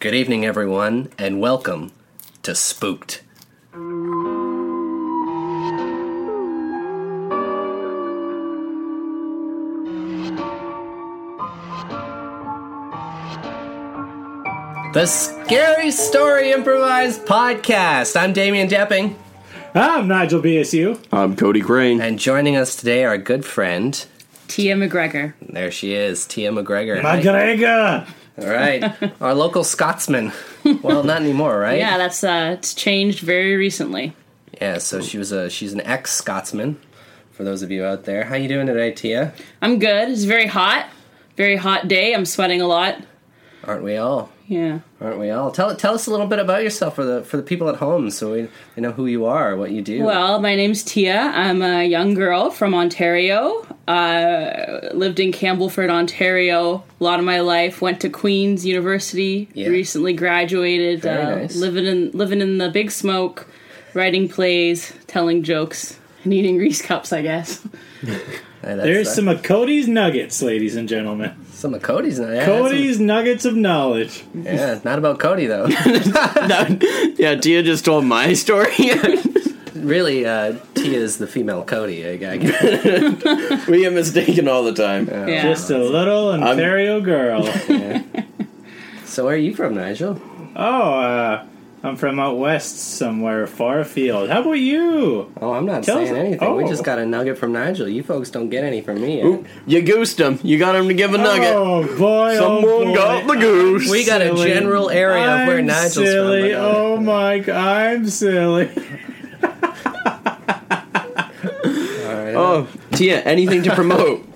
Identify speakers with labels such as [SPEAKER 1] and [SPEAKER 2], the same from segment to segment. [SPEAKER 1] Good evening, everyone, and welcome to Spooked. The Scary Story Improvised Podcast. I'm Damian Depping,
[SPEAKER 2] I'm Ah, Nigel BSU.
[SPEAKER 3] I'm Cody Crane.
[SPEAKER 1] and joining us today, our good friend.
[SPEAKER 4] Tia McGregor.
[SPEAKER 1] There she is, Tia McGregor.
[SPEAKER 2] McGregor.
[SPEAKER 1] All right, our local Scotsman. Well, not anymore, right?
[SPEAKER 4] Yeah, that's uh, it's changed very recently.
[SPEAKER 1] Yeah, so she was a she's an ex Scotsman. For those of you out there, how you doing today, Tia?
[SPEAKER 4] I'm good. It's very hot, very hot day. I'm sweating a lot.
[SPEAKER 1] Aren't we all?
[SPEAKER 4] Yeah.
[SPEAKER 1] Aren't we all? Tell tell us a little bit about yourself for the for the people at home, so we, we know who you are, what you do.
[SPEAKER 4] Well, my name's Tia. I'm a young girl from Ontario. Uh, lived in Campbellford, Ontario, a lot of my life. Went to Queen's University.
[SPEAKER 1] Yeah.
[SPEAKER 4] Recently graduated.
[SPEAKER 1] Very
[SPEAKER 4] uh,
[SPEAKER 1] nice.
[SPEAKER 4] Living in living in the big smoke, writing plays, telling jokes, and eating Reese cups. I guess.
[SPEAKER 1] Hey, that's-
[SPEAKER 2] There's
[SPEAKER 1] that's-
[SPEAKER 2] some of Cody's nuggets, ladies and gentlemen.
[SPEAKER 1] some of Cody's. Not, yeah,
[SPEAKER 2] Cody's nuggets of knowledge.
[SPEAKER 1] some- yeah, not about Cody though.
[SPEAKER 3] yeah, Tia just told my story.
[SPEAKER 1] really, uh, Tia is the female Cody. I, I guess.
[SPEAKER 3] we get mistaken all the time.
[SPEAKER 4] Yeah.
[SPEAKER 2] Just a little Ontario girl.
[SPEAKER 1] So where are you from, Nigel?
[SPEAKER 2] Oh, uh, I'm from out west somewhere, far afield. How about you?
[SPEAKER 1] Oh, I'm not
[SPEAKER 2] Tell us-
[SPEAKER 1] saying anything. We
[SPEAKER 2] oh.
[SPEAKER 1] just got a nugget from Nigel. You folks don't get any from me. eh?
[SPEAKER 3] Oop, You goosed him. You got him to give a nugget.
[SPEAKER 2] Oh boy! oh,
[SPEAKER 3] Someone
[SPEAKER 2] boy.
[SPEAKER 3] got the goose.
[SPEAKER 1] We got a
[SPEAKER 2] Silly.
[SPEAKER 1] general area of where
[SPEAKER 2] I'm
[SPEAKER 1] Nigel's
[SPEAKER 2] silly.
[SPEAKER 1] from. but, uh,
[SPEAKER 2] Oh my! g- I'm silly.
[SPEAKER 1] all right,
[SPEAKER 3] oh, Tia, anything to promote?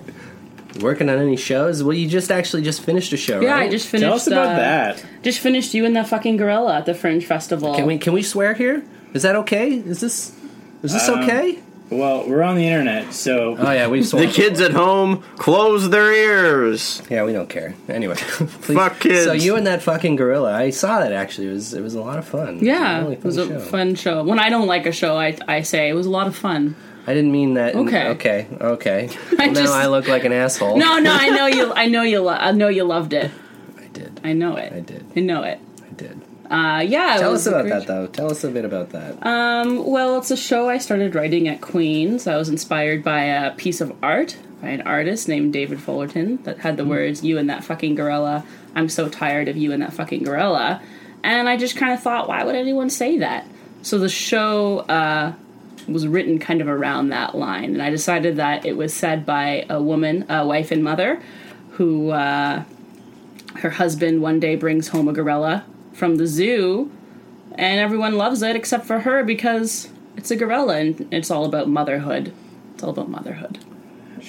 [SPEAKER 1] Working on any shows? Well, you just actually just finished a show,
[SPEAKER 4] Yeah,
[SPEAKER 1] right?
[SPEAKER 4] I just finished.
[SPEAKER 2] Tell us about
[SPEAKER 4] uh,
[SPEAKER 2] that.
[SPEAKER 4] Just finished you and that fucking gorilla at the Fringe Festival.
[SPEAKER 1] Can we can we swear here? Is that okay? Is this is this
[SPEAKER 4] Um,
[SPEAKER 1] okay?
[SPEAKER 2] Well, we're on the internet, so
[SPEAKER 1] Oh yeah, we've sworn.
[SPEAKER 3] the kids at home, close their ears.
[SPEAKER 1] yeah, we don't care. Anyway, please.
[SPEAKER 3] Fuck kids.
[SPEAKER 1] So you and that fucking gorilla. I saw that actually. It was it was a lot of fun.
[SPEAKER 4] Yeah,
[SPEAKER 1] really
[SPEAKER 4] it was a
[SPEAKER 1] show.
[SPEAKER 4] fun show. When I don't like a show, I I say it was a lot of fun.
[SPEAKER 1] I didn't mean that. in-
[SPEAKER 4] Okay.
[SPEAKER 1] okay, okay.
[SPEAKER 4] I
[SPEAKER 1] now
[SPEAKER 4] just-
[SPEAKER 1] I look like an asshole.
[SPEAKER 4] No, no, I know you. I know you. Lo- I know you loved it.
[SPEAKER 1] I did.
[SPEAKER 4] I know it.
[SPEAKER 1] I did.
[SPEAKER 4] I know it.
[SPEAKER 1] I did.
[SPEAKER 4] Uh, yeah. it
[SPEAKER 1] Tell us
[SPEAKER 4] was a
[SPEAKER 1] about
[SPEAKER 4] great
[SPEAKER 1] that though. Tell us a bit about that.
[SPEAKER 4] Um, well, it's a show I started writing at Queen's. I was inspired by a piece of art by an artist named David Fullerton that had the words, You and that fucking gorilla. I'm so tired of you and that fucking gorilla. And I just kind of thought, why would anyone say that? So the show uh, was written kind of around that line. And I decided that it was said by a woman, a wife and mother, who uh, her husband one day brings home a gorilla from the zoo and everyone loves it except for her because it's a gorilla and it's all about motherhood. It's all about motherhood.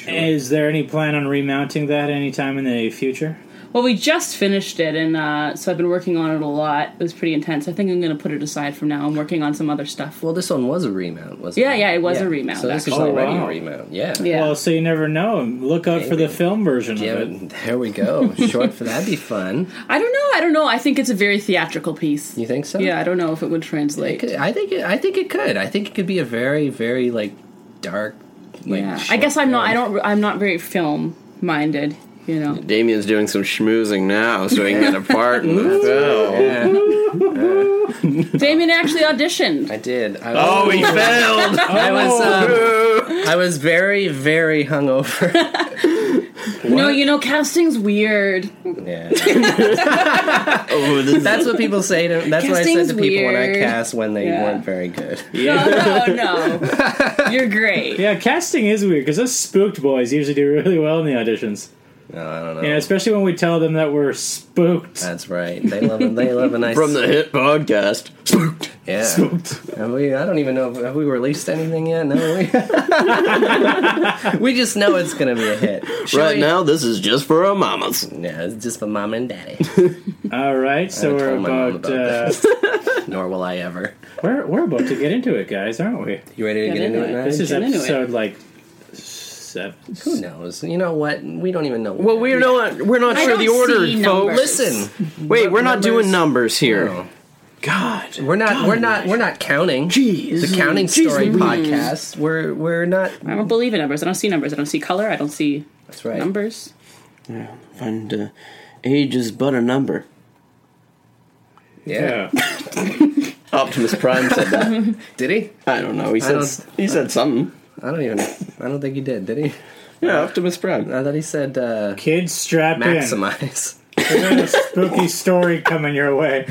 [SPEAKER 2] is there any plan on remounting that anytime in the future?
[SPEAKER 4] Well, we just finished it, and uh, so I've been working on it a lot. It was pretty intense. I think I'm going to put it aside from now. I'm working on some other stuff.
[SPEAKER 1] well, this one was a remount, wasn't
[SPEAKER 4] Yeah,
[SPEAKER 1] it?
[SPEAKER 4] yeah, it was a remount,
[SPEAKER 1] So this is
[SPEAKER 2] actually.
[SPEAKER 1] already
[SPEAKER 2] Oh, wow.
[SPEAKER 1] a remount. Yeah.
[SPEAKER 4] Yeah.
[SPEAKER 2] Well, so you never know. Look out for the
[SPEAKER 1] Maybe.
[SPEAKER 2] film version
[SPEAKER 1] Yeah,
[SPEAKER 2] of it.
[SPEAKER 1] but there we go. Short for that'd be fun.
[SPEAKER 4] I don't know. I don't know. I think it's a very theatrical piece.
[SPEAKER 1] You think so?
[SPEAKER 4] Yeah, I don't know if it would
[SPEAKER 1] It
[SPEAKER 4] translate.
[SPEAKER 1] could- I think it, I think it could. I think it could be a very very like dark. Like,
[SPEAKER 4] yeah. I
[SPEAKER 1] short
[SPEAKER 4] guess I'm not. I
[SPEAKER 1] film.
[SPEAKER 4] don't. I'm not very film minded. You know.
[SPEAKER 3] Damien's doing some schmoozing now so he can get a part in the film.
[SPEAKER 1] Yeah,
[SPEAKER 4] Damien actually auditioned.
[SPEAKER 1] I did. I
[SPEAKER 3] Oh,
[SPEAKER 1] was,
[SPEAKER 3] he failed.
[SPEAKER 1] I was um, I was very very hungover.
[SPEAKER 4] No, you know, casting's weird.
[SPEAKER 1] Yeah,
[SPEAKER 3] oh, this is-
[SPEAKER 1] that's what people say to. That's what I said
[SPEAKER 4] Casting's
[SPEAKER 1] to people when I
[SPEAKER 4] weird.
[SPEAKER 1] cast when they
[SPEAKER 4] Yeah.
[SPEAKER 1] weren't very good.
[SPEAKER 4] No, no, no. You're great.
[SPEAKER 2] Yeah, casting is weird because us spooked boys usually do really well in the auditions.
[SPEAKER 1] No, I don't know.
[SPEAKER 2] You know, especially when we tell them that we're spooked.
[SPEAKER 1] That's right. They love a, they love a nice
[SPEAKER 3] from the hit podcast. Spooked.
[SPEAKER 1] yeah. Have we, I don't even know if have we released anything yet. No, we, we just know it's gonna be a hit. Shall
[SPEAKER 3] Right
[SPEAKER 1] we-
[SPEAKER 3] now, this is just for our mamas.
[SPEAKER 1] Yeah, it's just for mom and daddy.
[SPEAKER 2] All right, so
[SPEAKER 1] I
[SPEAKER 2] we're
[SPEAKER 1] told my mom
[SPEAKER 2] about,
[SPEAKER 1] about
[SPEAKER 2] uh,
[SPEAKER 1] Nor will I ever.
[SPEAKER 2] we're we're about to get into it, guys, aren't we?
[SPEAKER 1] You ready to
[SPEAKER 4] Get
[SPEAKER 1] get into
[SPEAKER 4] into
[SPEAKER 1] it,
[SPEAKER 4] it.
[SPEAKER 1] Nigel?
[SPEAKER 2] This is
[SPEAKER 4] Get into it.
[SPEAKER 2] episode like seven.
[SPEAKER 1] Who knows? You know what? We don't even know.
[SPEAKER 3] Well, we're not we're not
[SPEAKER 4] I
[SPEAKER 3] sure the
[SPEAKER 4] don't
[SPEAKER 3] order,
[SPEAKER 4] see
[SPEAKER 3] folks.
[SPEAKER 4] numbers.
[SPEAKER 1] listen.
[SPEAKER 3] Wait, we're not doing
[SPEAKER 1] numbers-
[SPEAKER 3] numbers here.
[SPEAKER 1] No.
[SPEAKER 3] God,
[SPEAKER 1] We're not. We're not. We're not counting.
[SPEAKER 3] Jeez.
[SPEAKER 1] The counting
[SPEAKER 3] Jeez
[SPEAKER 1] story
[SPEAKER 3] Louise.
[SPEAKER 1] podcast. We're we're not.
[SPEAKER 4] I don't believe in numbers. I don't see numbers. I don't see color. I don't see
[SPEAKER 1] That's right.
[SPEAKER 4] numbers.
[SPEAKER 3] Find uh, age is but a number.
[SPEAKER 1] Yeah.
[SPEAKER 2] Yeah.
[SPEAKER 5] Optimus Prime said that.
[SPEAKER 1] Did he?
[SPEAKER 5] I don't know. He said
[SPEAKER 1] don't-
[SPEAKER 5] he said something.
[SPEAKER 1] I don't even. I don't think he did. Did he?
[SPEAKER 5] Yeah, Optimus Prime.
[SPEAKER 1] I thought he said uh,
[SPEAKER 2] Kids, strap in.
[SPEAKER 1] maximize.
[SPEAKER 2] We got a spooky story coming your way.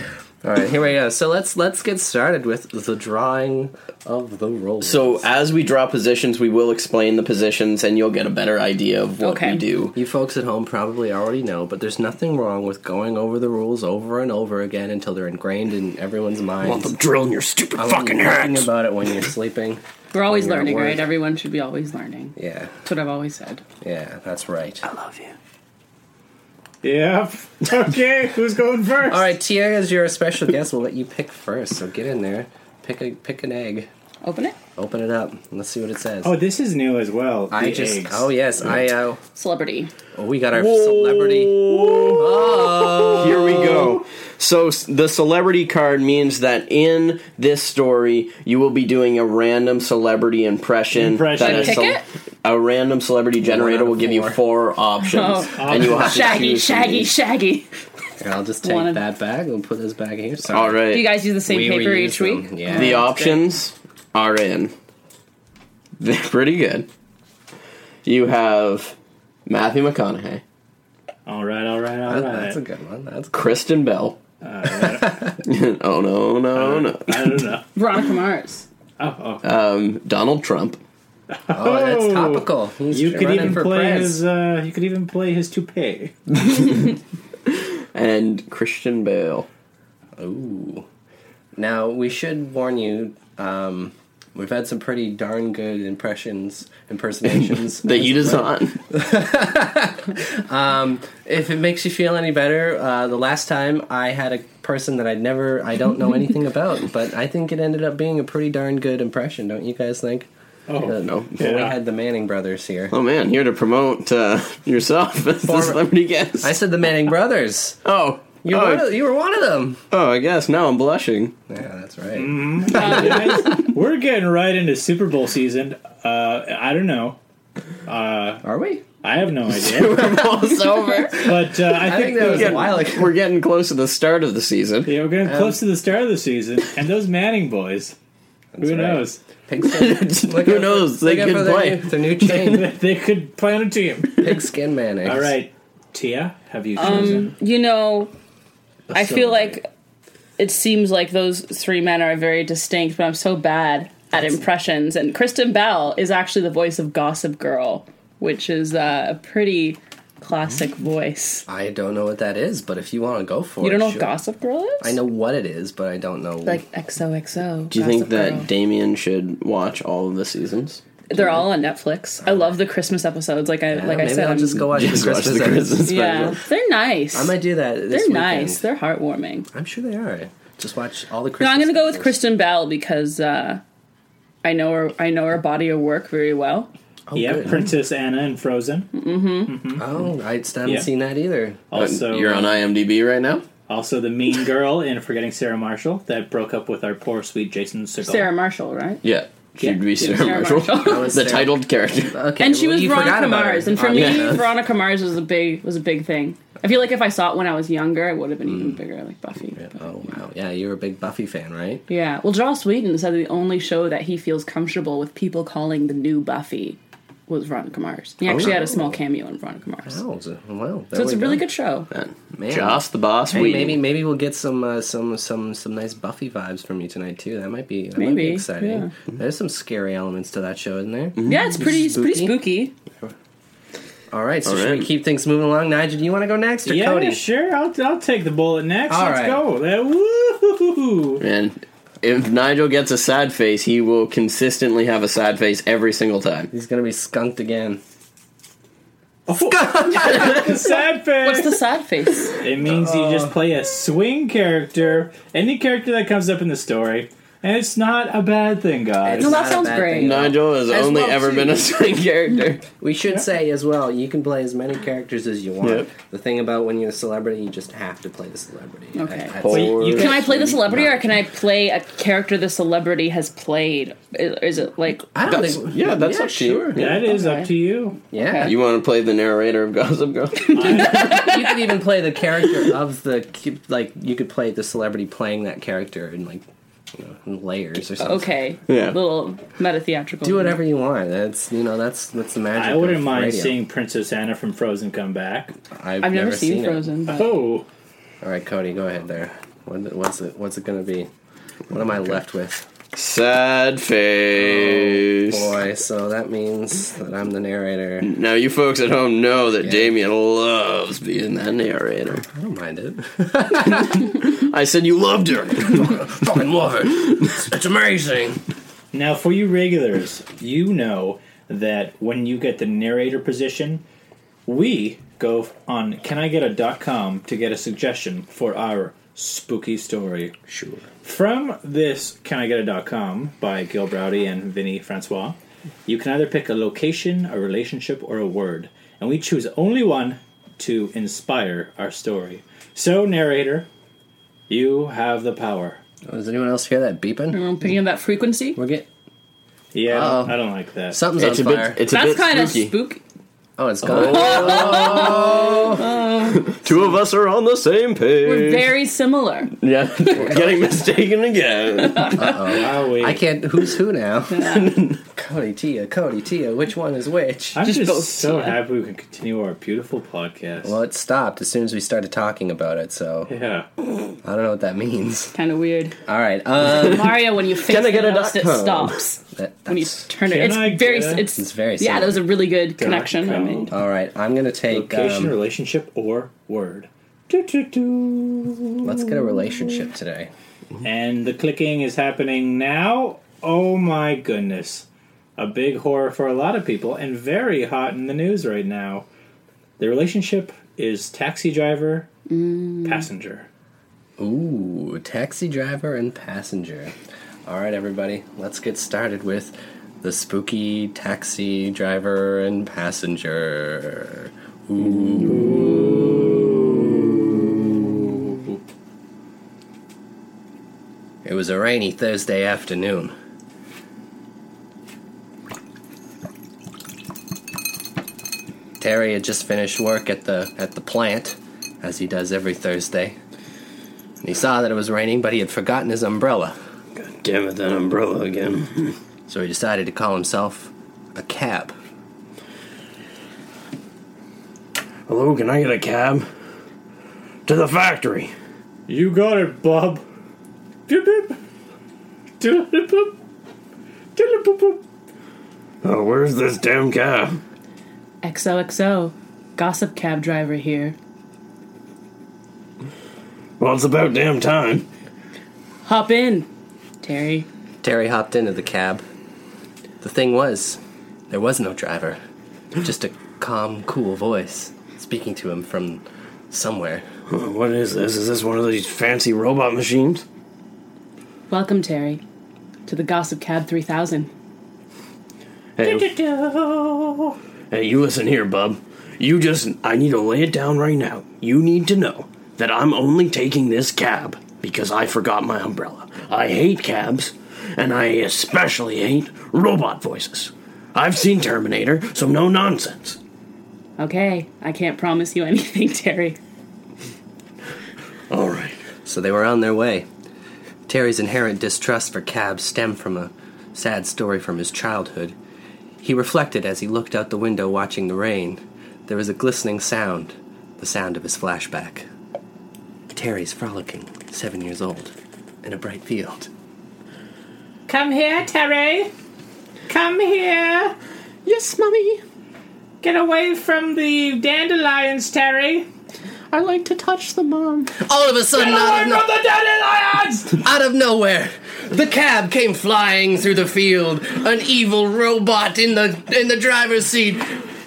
[SPEAKER 1] All right, here we go. So let's let's get started with the drawing of the rolls.
[SPEAKER 5] So as we draw positions, we will explain the positions, and you'll get a better idea of what
[SPEAKER 4] Okay.
[SPEAKER 5] we do.
[SPEAKER 1] You folks at home probably already know, but there's nothing wrong with going over the rules over and over again until they're ingrained in everyone's minds.
[SPEAKER 5] drilling your stupid
[SPEAKER 1] I want you thinking about it when you're sleeping.
[SPEAKER 4] We're always
[SPEAKER 1] When you're at
[SPEAKER 4] learning,
[SPEAKER 1] work.
[SPEAKER 4] right? Everyone should be always learning.
[SPEAKER 1] Yeah,
[SPEAKER 4] That's what I've always said.
[SPEAKER 1] yeah, that's right.
[SPEAKER 5] I love you.
[SPEAKER 2] Yep. Okay, who's going first?
[SPEAKER 1] All right, Tia, as you're a special guest, we'll let you pick first. So get in there, pick a pick an egg,
[SPEAKER 4] Open it.
[SPEAKER 1] open it up, and let's see what it says.
[SPEAKER 2] Oh, this is new as well.
[SPEAKER 1] I
[SPEAKER 2] the
[SPEAKER 1] just.
[SPEAKER 2] eggs.
[SPEAKER 1] Oh yes, I. Uh,
[SPEAKER 4] Celebrity.
[SPEAKER 1] oh, we got our celebrity. Oh,
[SPEAKER 5] Here we go. So s- the celebrity card means that in this story, you will be doing a random celebrity impression.
[SPEAKER 2] Impression.
[SPEAKER 5] that a,
[SPEAKER 4] Pick it?
[SPEAKER 5] a random celebrity generator will give you
[SPEAKER 1] four.
[SPEAKER 5] four options,
[SPEAKER 4] Oh.
[SPEAKER 5] and you will have to
[SPEAKER 4] Shaggy,
[SPEAKER 5] choose from
[SPEAKER 4] shaggy,
[SPEAKER 5] these.
[SPEAKER 4] shaggy.
[SPEAKER 1] Here, I'll just take
[SPEAKER 4] Wanted-
[SPEAKER 1] that back. We'll put this back here. Sorry.
[SPEAKER 5] All right.
[SPEAKER 4] Do you guys use the same
[SPEAKER 1] We
[SPEAKER 4] paper
[SPEAKER 1] reuse
[SPEAKER 4] each
[SPEAKER 1] them,
[SPEAKER 4] week?
[SPEAKER 1] yeah.
[SPEAKER 5] the
[SPEAKER 1] That's
[SPEAKER 5] options are in. They're pretty good. You have Matthew McConaughey,
[SPEAKER 2] All right, all right, all
[SPEAKER 1] That-
[SPEAKER 2] right.
[SPEAKER 1] Oh, That's a good one. That's cool.
[SPEAKER 5] Kristen Bell. oh no, no, no.
[SPEAKER 2] I don't know.
[SPEAKER 4] Veronica Mars.
[SPEAKER 2] Oh, oh.
[SPEAKER 5] Um, Donald Trump.
[SPEAKER 1] Oh, that's topical. He's
[SPEAKER 2] you could
[SPEAKER 1] running
[SPEAKER 2] even
[SPEAKER 1] for
[SPEAKER 2] play
[SPEAKER 1] prez.
[SPEAKER 2] his. Uh, you could even play his toupee.
[SPEAKER 5] and Christian Bale.
[SPEAKER 1] Ooh. Now we should warn you. Um, we've had some pretty darn good impressions, impersonations
[SPEAKER 5] That you design.
[SPEAKER 1] If it makes you feel any better, uh, the last time I had a person that I'd never, I don't know anything about, but I think it ended up being a pretty darn good impression. Don't you guys think?
[SPEAKER 2] Oh,
[SPEAKER 1] Uh,
[SPEAKER 5] no.
[SPEAKER 1] Well, we
[SPEAKER 2] Yeah.
[SPEAKER 1] had the Manning brothers here.
[SPEAKER 5] Oh man, here to promote uh, yourself as the
[SPEAKER 1] Former-
[SPEAKER 5] celebrity guest.
[SPEAKER 1] I said the Manning brothers.
[SPEAKER 5] oh,
[SPEAKER 1] You were,
[SPEAKER 5] oh,
[SPEAKER 1] one of, you were one of them.
[SPEAKER 5] oh, I guess now I'm blushing.
[SPEAKER 1] Yeah, that's right.
[SPEAKER 2] Guys, we're getting right into Super Bowl season. Uh, I don't know.
[SPEAKER 1] Are we?
[SPEAKER 2] I have no idea.
[SPEAKER 5] Almost over.
[SPEAKER 2] but uh, I,
[SPEAKER 1] I think
[SPEAKER 2] think,
[SPEAKER 1] that was Um,
[SPEAKER 2] those-
[SPEAKER 1] a while ago.
[SPEAKER 5] We're getting close to the start of the season.
[SPEAKER 2] yeah, we're getting close to the start of the season, and those Manning boys. Who
[SPEAKER 1] right.
[SPEAKER 2] knows?
[SPEAKER 1] Pigskin. Look
[SPEAKER 5] Who
[SPEAKER 1] out for-
[SPEAKER 5] knows? They
[SPEAKER 1] look out
[SPEAKER 5] could
[SPEAKER 1] for their
[SPEAKER 5] play.
[SPEAKER 1] new- Their new chain,
[SPEAKER 2] They could play on a team.
[SPEAKER 1] pigskin mayonnaise.
[SPEAKER 2] All right, Tia, have
[SPEAKER 5] Um,
[SPEAKER 2] you chosen?
[SPEAKER 4] You know, I feel
[SPEAKER 2] celebrity.
[SPEAKER 4] like it seems like those three men are very distinct, but I'm so bad at impressions. And Kristen Bell is actually the voice of Gossip Girl, which is uh, a pretty classic voice.
[SPEAKER 1] I don't know what that is, but if you want to go for it,
[SPEAKER 4] You don't know what
[SPEAKER 1] Oh, sure.
[SPEAKER 4] Gossip Girl is?
[SPEAKER 1] I know what it is, but I don't know.
[SPEAKER 4] Like XOXO.
[SPEAKER 5] Do you think that Damien should watch all of the seasons?
[SPEAKER 4] they're all on Netflix? I love the Christmas episodes. Like I
[SPEAKER 1] Yeah,
[SPEAKER 4] like I
[SPEAKER 1] maybe
[SPEAKER 4] said,
[SPEAKER 1] I'll
[SPEAKER 4] I'm-
[SPEAKER 1] just go watch
[SPEAKER 5] Just
[SPEAKER 1] the
[SPEAKER 5] watch
[SPEAKER 1] Christmas.
[SPEAKER 5] the
[SPEAKER 1] episode.
[SPEAKER 5] Christmas
[SPEAKER 4] Yeah,
[SPEAKER 5] special.
[SPEAKER 4] they're nice.
[SPEAKER 1] I might do that. This
[SPEAKER 4] they're
[SPEAKER 1] weekend.
[SPEAKER 4] nice. They're heartwarming.
[SPEAKER 1] I'm sure they are. Just watch all the
[SPEAKER 4] No,
[SPEAKER 1] Christmas.
[SPEAKER 4] I'm gonna go with
[SPEAKER 1] episodes.
[SPEAKER 4] Kristen Bell because uh, I know her. I know her body of work very well.
[SPEAKER 1] Oh,
[SPEAKER 2] Yeah,
[SPEAKER 1] good.
[SPEAKER 2] Princess Anna and Frozen.
[SPEAKER 1] Oh, I just haven't
[SPEAKER 2] Yeah.
[SPEAKER 1] seen that either.
[SPEAKER 2] Also,
[SPEAKER 5] You're on
[SPEAKER 1] uh,
[SPEAKER 5] IMDb right now.
[SPEAKER 2] Also, the mean girl in Forgetting Sarah Marshall that broke up with our poor sweet Jason Segel.
[SPEAKER 4] Sarah Marshall, right?
[SPEAKER 5] Yeah, she'd be Sarah,
[SPEAKER 4] Sarah
[SPEAKER 5] Marshall,
[SPEAKER 4] Marshall.
[SPEAKER 5] the
[SPEAKER 1] Sarah-
[SPEAKER 5] titled character.
[SPEAKER 1] Okay,
[SPEAKER 4] And she
[SPEAKER 1] well,
[SPEAKER 4] was
[SPEAKER 1] you forgot
[SPEAKER 4] Veronica
[SPEAKER 1] about her.
[SPEAKER 4] Mars, and for
[SPEAKER 1] Oh,
[SPEAKER 4] me,
[SPEAKER 1] yeah.
[SPEAKER 4] Veronica Mars was a big was a big thing. I feel like if I saw it when I was younger, it would have been even bigger, like Buffy. Yeah.
[SPEAKER 1] Oh wow, Mm. yeah, you're a big Buffy fan, right?
[SPEAKER 4] Well, Joss Whedon said the only show that he feels comfortable with people calling the new Buffy was Veronica Mars. He actually had a
[SPEAKER 5] Oh.
[SPEAKER 4] small cameo in Veronica Mars,
[SPEAKER 1] Oh, so- well,
[SPEAKER 4] so it's a really good show.
[SPEAKER 1] Man.
[SPEAKER 5] Joss the boss.
[SPEAKER 1] Hey,
[SPEAKER 5] we
[SPEAKER 1] maybe maybe we'll get some uh, some some some nice Buffy vibes from you tonight too. That might be that might be
[SPEAKER 4] Maybe,
[SPEAKER 1] exciting.
[SPEAKER 4] yeah.
[SPEAKER 1] There's some scary elements to that show, isn't there?
[SPEAKER 4] Yeah, it's pretty it's pretty spooky.
[SPEAKER 1] All right, so
[SPEAKER 5] All
[SPEAKER 1] should
[SPEAKER 5] right.
[SPEAKER 1] we keep things moving along? Nigel, do you want to go next or
[SPEAKER 2] yeah,
[SPEAKER 1] Cody?
[SPEAKER 2] sure. I'll, I'll take the bullet next.
[SPEAKER 1] All
[SPEAKER 2] Let's
[SPEAKER 1] right.
[SPEAKER 2] go. Yeah, Woo!
[SPEAKER 5] And if Nigel gets a sad face, he will consistently have a sad face every single time.
[SPEAKER 1] He's gonna be skunked again.
[SPEAKER 2] The sad face.
[SPEAKER 4] What's the sad face?
[SPEAKER 2] It means you just play a swing character, any character that comes up in the story, And it's not a bad thing, guys.
[SPEAKER 1] It's
[SPEAKER 4] No, that
[SPEAKER 1] not a
[SPEAKER 4] sounds
[SPEAKER 1] bad
[SPEAKER 4] great.
[SPEAKER 1] thing.
[SPEAKER 5] Nigel has
[SPEAKER 1] As
[SPEAKER 5] only
[SPEAKER 1] well,
[SPEAKER 5] ever
[SPEAKER 1] too.
[SPEAKER 5] been a side character.
[SPEAKER 1] We should say as well, you can play as many characters as you want.
[SPEAKER 5] Yep.
[SPEAKER 1] The thing about when you're a celebrity, you just have to play the celebrity.
[SPEAKER 4] Okay.
[SPEAKER 1] I- I-
[SPEAKER 5] Well,
[SPEAKER 2] you- you
[SPEAKER 4] Can I play the celebrity, or can I play a character the celebrity has played? Is, is it like
[SPEAKER 1] I don't
[SPEAKER 5] That's-
[SPEAKER 1] think.
[SPEAKER 5] yeah, that's up to you.
[SPEAKER 1] sure.
[SPEAKER 2] That is
[SPEAKER 4] Okay.
[SPEAKER 2] up to you.
[SPEAKER 1] Yeah,
[SPEAKER 5] You want to play the narrator of Gossip Girl?
[SPEAKER 1] you could even play the character of the like. You could play the celebrity playing that character in like you know, in layers or something.
[SPEAKER 4] okay,
[SPEAKER 5] Yeah.
[SPEAKER 4] little meta theatrical?
[SPEAKER 1] Do whatever you want. That's you know that's that's the magic.
[SPEAKER 2] I wouldn't
[SPEAKER 1] of
[SPEAKER 2] mind
[SPEAKER 1] radio.
[SPEAKER 2] seeing Princess Anna from Frozen come back.
[SPEAKER 1] I've,
[SPEAKER 4] I've never,
[SPEAKER 1] it.
[SPEAKER 4] seen, Frozen. But
[SPEAKER 2] Oh,
[SPEAKER 1] All right, Cody, go ahead there. What, what's it? What's it gonna be? What am I left with?
[SPEAKER 5] Sad face.
[SPEAKER 1] Oh, Boy, so that means that I'm the narrator.
[SPEAKER 5] now you folks at home know that Damien loves being that narrator.
[SPEAKER 1] I don't mind it.
[SPEAKER 5] I said you loved her.
[SPEAKER 1] Fucking love it. It's amazing.
[SPEAKER 2] now for you regulars, you know that when you get the narrator position, we go on caniget.com to get a suggestion for our spooky story.
[SPEAKER 1] Sure.
[SPEAKER 2] From this caniget.com by Gil Browdy and Vinny Francois, you can either pick a location, a relationship, or a word, and we choose only one to inspire our story. So, narrator, you have the power.
[SPEAKER 1] Oh, Does anyone else hear that beeping?
[SPEAKER 4] I'm picking up that frequency.
[SPEAKER 1] We're get
[SPEAKER 2] Yeah,
[SPEAKER 1] Uh-oh.
[SPEAKER 2] I don't like that.
[SPEAKER 1] something's
[SPEAKER 5] it's a
[SPEAKER 1] on fire.
[SPEAKER 5] bit. It's a
[SPEAKER 4] That's
[SPEAKER 5] bit
[SPEAKER 4] kind of
[SPEAKER 5] spooky.
[SPEAKER 4] spook.
[SPEAKER 1] oh, it's gone.
[SPEAKER 5] Two of us are on the same page.
[SPEAKER 4] We're very similar.
[SPEAKER 5] yeah, getting mistaken again.
[SPEAKER 2] Wow, we-
[SPEAKER 1] I can't. Who's who now? Cody, Tia, Cody, Tia. Which one is which?
[SPEAKER 2] I'm
[SPEAKER 4] Just
[SPEAKER 2] just,
[SPEAKER 4] both
[SPEAKER 2] so
[SPEAKER 4] sides.
[SPEAKER 2] happy we can continue our beautiful podcast.
[SPEAKER 1] Well, it stopped as soon as we started talking about it, so
[SPEAKER 2] yeah.
[SPEAKER 1] I don't know what that means.
[SPEAKER 4] Kind of weird.
[SPEAKER 1] All right. Um,
[SPEAKER 4] Mario, when you face
[SPEAKER 5] Can I get
[SPEAKER 4] the
[SPEAKER 5] a dot
[SPEAKER 4] host, it
[SPEAKER 5] com?
[SPEAKER 4] stops.
[SPEAKER 1] that-
[SPEAKER 4] When you
[SPEAKER 1] that's-
[SPEAKER 4] turn it,
[SPEAKER 2] Can
[SPEAKER 4] it's
[SPEAKER 2] I
[SPEAKER 4] very.
[SPEAKER 2] get a-
[SPEAKER 4] It's,
[SPEAKER 1] It's very
[SPEAKER 4] Yeah, that was a really good connection. I
[SPEAKER 2] com.
[SPEAKER 4] mean,
[SPEAKER 1] all right. I'm gonna take.
[SPEAKER 2] Location,
[SPEAKER 1] Um,
[SPEAKER 2] relationship, or word. Do, do, do.
[SPEAKER 1] let's get a relationship today.
[SPEAKER 2] And the clicking is happening now. Oh my goodness. A big horror for a lot of people and very hot in the news right now. The relationship is taxi driver, passenger.
[SPEAKER 1] Ooh, taxi driver and passenger. All right, everybody, let's get started with the spooky taxi driver and passenger. Ooh. It was a rainy Thursday afternoon. Terry had just finished work at the at the plant, as he does every Thursday. And he saw that it was raining, but he had forgotten his umbrella,
[SPEAKER 5] Damn it, that umbrella again.
[SPEAKER 1] so he decided to call himself a cab.
[SPEAKER 5] Hello, can I get a cab to the factory?
[SPEAKER 2] You got it, Bob. Beep, beep. Doodle, boop, boop. Doodle, boop, boop.
[SPEAKER 5] Oh, where's this damn cab?
[SPEAKER 4] XOXO, gossip cab driver here.
[SPEAKER 5] Well, it's about damn time.
[SPEAKER 4] Hop in, Terry.
[SPEAKER 1] Terry hopped into the cab. The thing was, there was no driver, just a calm, cool voice speaking to him from somewhere.
[SPEAKER 5] Uh, What is this? Is this one of these fancy robot machines?
[SPEAKER 4] Welcome, Terry, to the Gossip Cab 3000.
[SPEAKER 5] Hey, hey, you listen here, bub. You just, I need to lay it down right now. You need to know that I'm only taking this cab because I forgot my umbrella. I hate cabs, and I especially hate robot voices. I've seen Terminator, so no nonsense.
[SPEAKER 4] Okay, I can't promise you anything, Terry.
[SPEAKER 5] All right.
[SPEAKER 1] So they were on their way. Terry's inherent distrust for cabs stemmed from a sad story from his childhood. He reflected as he looked out the window watching the rain. There was a glistening sound, the sound of his flashback. Terry's frolicking, seven years old, in a bright field.
[SPEAKER 2] Come here, Terry. Come here.
[SPEAKER 5] Yes, mummy.
[SPEAKER 2] Get away from the dandelions, Terry.
[SPEAKER 5] I like to touch the mom.
[SPEAKER 1] All of a sudden, out of, no-
[SPEAKER 2] the dandelions!
[SPEAKER 1] out of nowhere, the cab came flying through the field. An evil robot in the in the driver's seat,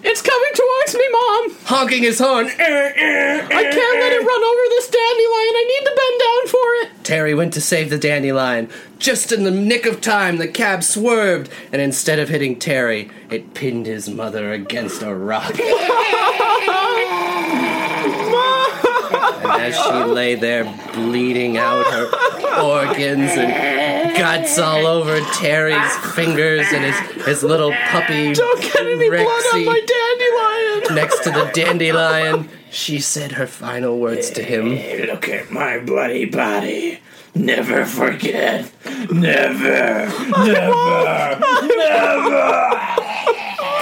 [SPEAKER 5] It's coming towards me, mom.
[SPEAKER 1] honking his horn.
[SPEAKER 5] I can't let it run over this dandelion. I need to bend down for it.
[SPEAKER 1] Terry went to save the dandelion. Just in the nick of time, the cab swerved, and instead of hitting Terry, it pinned his mother against a rock. and as she lay there bleeding out her organs and guts all over Terry's fingers and his, his little puppy.
[SPEAKER 3] Don't get any blood on
[SPEAKER 1] Rexy
[SPEAKER 3] my dandelion.
[SPEAKER 1] next to the dandelion. She said her final words to him.
[SPEAKER 3] Look at my bloody body. Never forget. Never.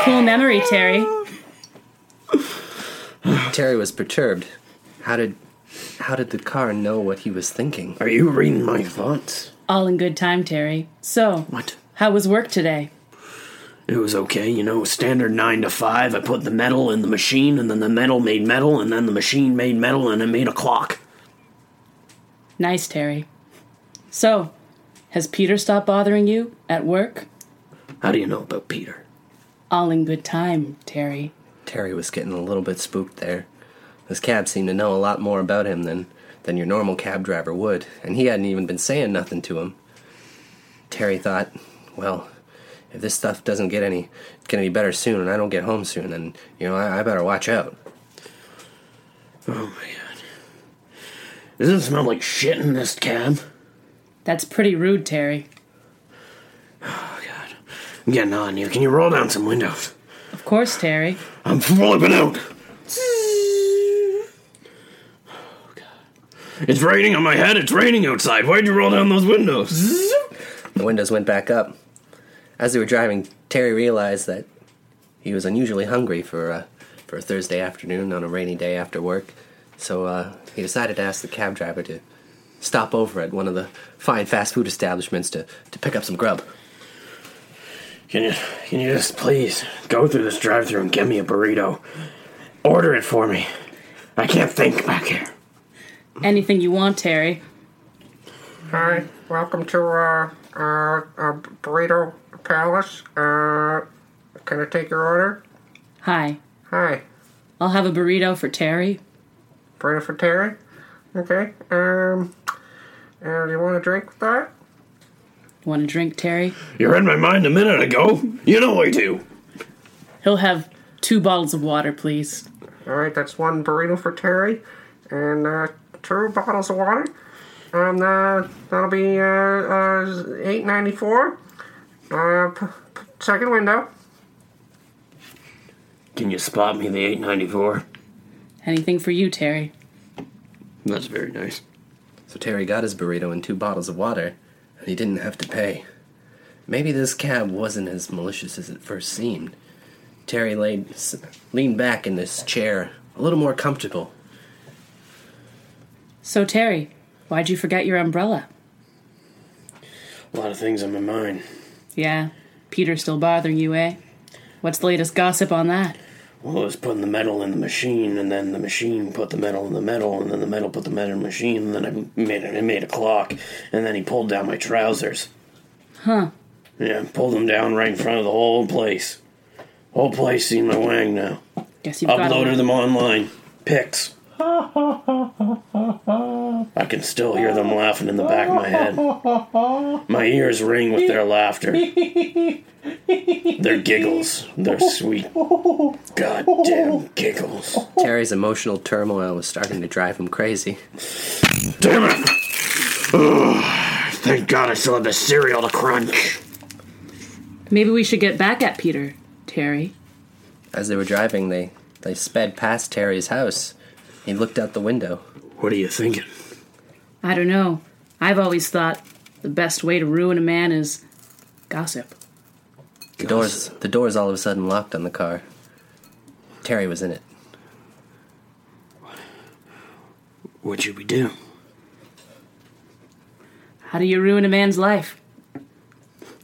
[SPEAKER 4] Cool memory, Terry.
[SPEAKER 1] Terry was perturbed. How did how did the car know what he was thinking?
[SPEAKER 3] Are you reading my thoughts?
[SPEAKER 4] All in good time, Terry. So,
[SPEAKER 3] What?
[SPEAKER 4] how was work today?
[SPEAKER 3] It was okay, you know, standard 9 to 5. I put the metal in the machine, and then the metal made metal, and then the machine made metal, and it made a clock.
[SPEAKER 4] Nice, Terry. So, has Peter stopped bothering you at work?
[SPEAKER 3] How do you know about Peter?
[SPEAKER 4] All in good time, Terry.
[SPEAKER 1] Terry was getting a little bit spooked there. This cab seemed to know a lot more about him than than your normal cab driver would, and he hadn't even been saying nothing to him. Terry thought, well, if this stuff doesn't get any gonna be better soon and I don't get home soon, then you know I, I better watch out.
[SPEAKER 3] Oh my god. Does it smell like shit in this cab?
[SPEAKER 4] That's pretty rude, Terry.
[SPEAKER 3] Oh god. I'm getting on you. Can you roll down some windows?
[SPEAKER 4] Of course, Terry.
[SPEAKER 3] I'm flipping out. Oh, God. It's raining on my head. It's raining outside. Why'd you roll down those windows?
[SPEAKER 1] The windows went back up. As they were driving, Terry realized that he was unusually hungry for uh, for a Thursday afternoon on a rainy day after work. So uh, he decided to ask the cab driver to stop over at one of the fine fast food establishments to, to pick up some grub.
[SPEAKER 3] Can you can you just please go through this drive-through and get me a burrito? Order it for me. I can't think back here.
[SPEAKER 4] Anything you want, Terry.
[SPEAKER 6] Hi, welcome to uh, uh, uh, Burrito Palace. Uh, can I take your order?
[SPEAKER 4] Hi.
[SPEAKER 6] Hi,
[SPEAKER 4] I'll have a burrito for Terry.
[SPEAKER 6] burrito for Terry. Okay. Um, uh, do you want a drink with that?
[SPEAKER 4] Want a drink, Terry?
[SPEAKER 3] You read my mind a minute ago. You know I do.
[SPEAKER 4] He'll have two bottles of water, please.
[SPEAKER 6] All right, that's one burrito for Terry, and uh, two bottles of water, and uh, that'll be uh, uh, eight ninety four. Uh, p- p- second window.
[SPEAKER 3] Can you spot me the 894?
[SPEAKER 4] Anything for you, Terry.
[SPEAKER 3] That's very nice.
[SPEAKER 1] So Terry got his burrito and two bottles of water, and he didn't have to pay. Maybe this cab wasn't as malicious as it first seemed. Terry laid, s- leaned back in this chair, a little more comfortable.
[SPEAKER 4] So, Terry, why'd you forget your umbrella?
[SPEAKER 3] A lot of things on my mind.
[SPEAKER 4] Yeah, Peter's still bothering you, eh? What's the latest gossip on that?
[SPEAKER 3] Well, it was putting the metal in the machine, and then the machine put the metal in the metal, and then the metal put the metal in the machine, and then I made it, it made a clock, and then he pulled down my trousers. Huh. Yeah, pulled them down right in front of the whole place. Whole place seen my wang now.
[SPEAKER 4] Guess you've got
[SPEAKER 3] Uploaded
[SPEAKER 4] a
[SPEAKER 3] them online. Pics. I can still hear them laughing in the back of my head. My ears ring with their laughter. Their giggles. Their sweet, goddamn giggles.
[SPEAKER 1] Terry's emotional turmoil was starting to drive him crazy.
[SPEAKER 3] Damn it! Ugh, thank God I still have the cereal to crunch.
[SPEAKER 4] Maybe we should get back at Peter, Terry.
[SPEAKER 1] As they were driving, they, they sped past Terry's house. He looked out the window.
[SPEAKER 3] What are you thinking?
[SPEAKER 4] I don't know. I've always thought the best way to ruin a man is gossip.
[SPEAKER 1] The doors, the doors all of a sudden locked on the car. Terry was in it.
[SPEAKER 3] What should we do?
[SPEAKER 4] How do you ruin a man's life? You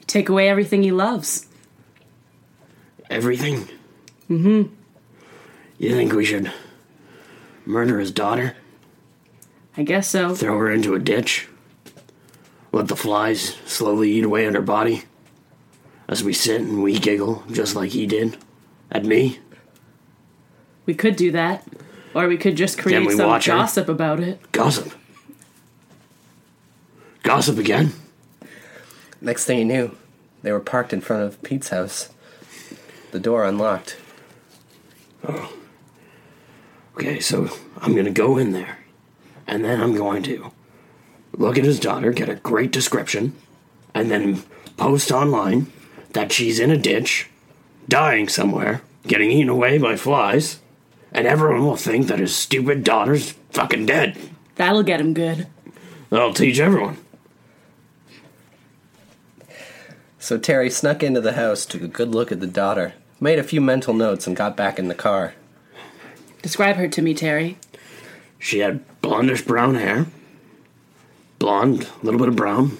[SPEAKER 4] take away everything he loves.
[SPEAKER 3] Everything? Mm hmm. You think we should murder his daughter?
[SPEAKER 4] I guess so.
[SPEAKER 3] Throw her into a ditch? Let the flies slowly eat away at her body? As we sit and we giggle, just like he did? At me?
[SPEAKER 4] We could do that. Or we could just create
[SPEAKER 3] we
[SPEAKER 4] some
[SPEAKER 3] watch her?
[SPEAKER 4] gossip about it.
[SPEAKER 3] Gossip. Gossip again?
[SPEAKER 1] Next thing you knew, they were parked in front of Pete's house. The door unlocked.
[SPEAKER 3] Okay, so I'm going to go in there. And then I'm going to look at his daughter, get a great description, and then post online that she's in a ditch, dying somewhere, getting eaten away by flies, and everyone will think that his stupid daughter's fucking dead.
[SPEAKER 4] That'll get him good.
[SPEAKER 3] That'll teach everyone.
[SPEAKER 1] So Terry snuck into the house, took a good look at the daughter, made a few mental notes, and got back in the car.
[SPEAKER 4] Describe her to me, Terry.
[SPEAKER 3] She had blondish brown hair. Blonde, a little bit of brown.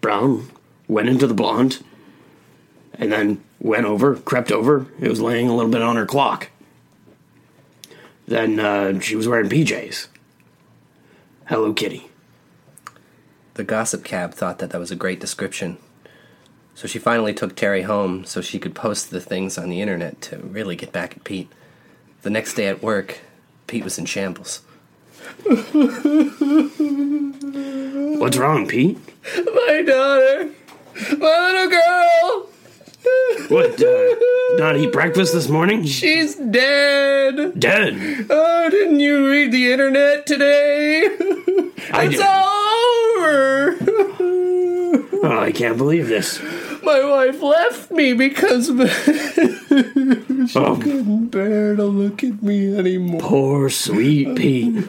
[SPEAKER 3] Brown went into the blonde and then went over, crept over. It was laying a little bit on her clock. Then uh, she was wearing PJs. Hello Kitty.
[SPEAKER 1] The gossip cab thought that that was a great description. So she finally took Terry home so she could post the things on the internet to really get back at Pete. The next day at work, Pete was in shambles.
[SPEAKER 3] What's wrong, Pete?
[SPEAKER 1] My daughter! My little girl!
[SPEAKER 3] What? Uh, not eat breakfast this morning?
[SPEAKER 1] She's dead!
[SPEAKER 3] Dead.
[SPEAKER 1] Oh, didn't you read the internet today?
[SPEAKER 3] I do.
[SPEAKER 1] all over!
[SPEAKER 3] Oh, I can't believe this.
[SPEAKER 1] My wife left me because
[SPEAKER 3] Oh,
[SPEAKER 1] bear to look at me anymore.
[SPEAKER 3] poor sweet Pete.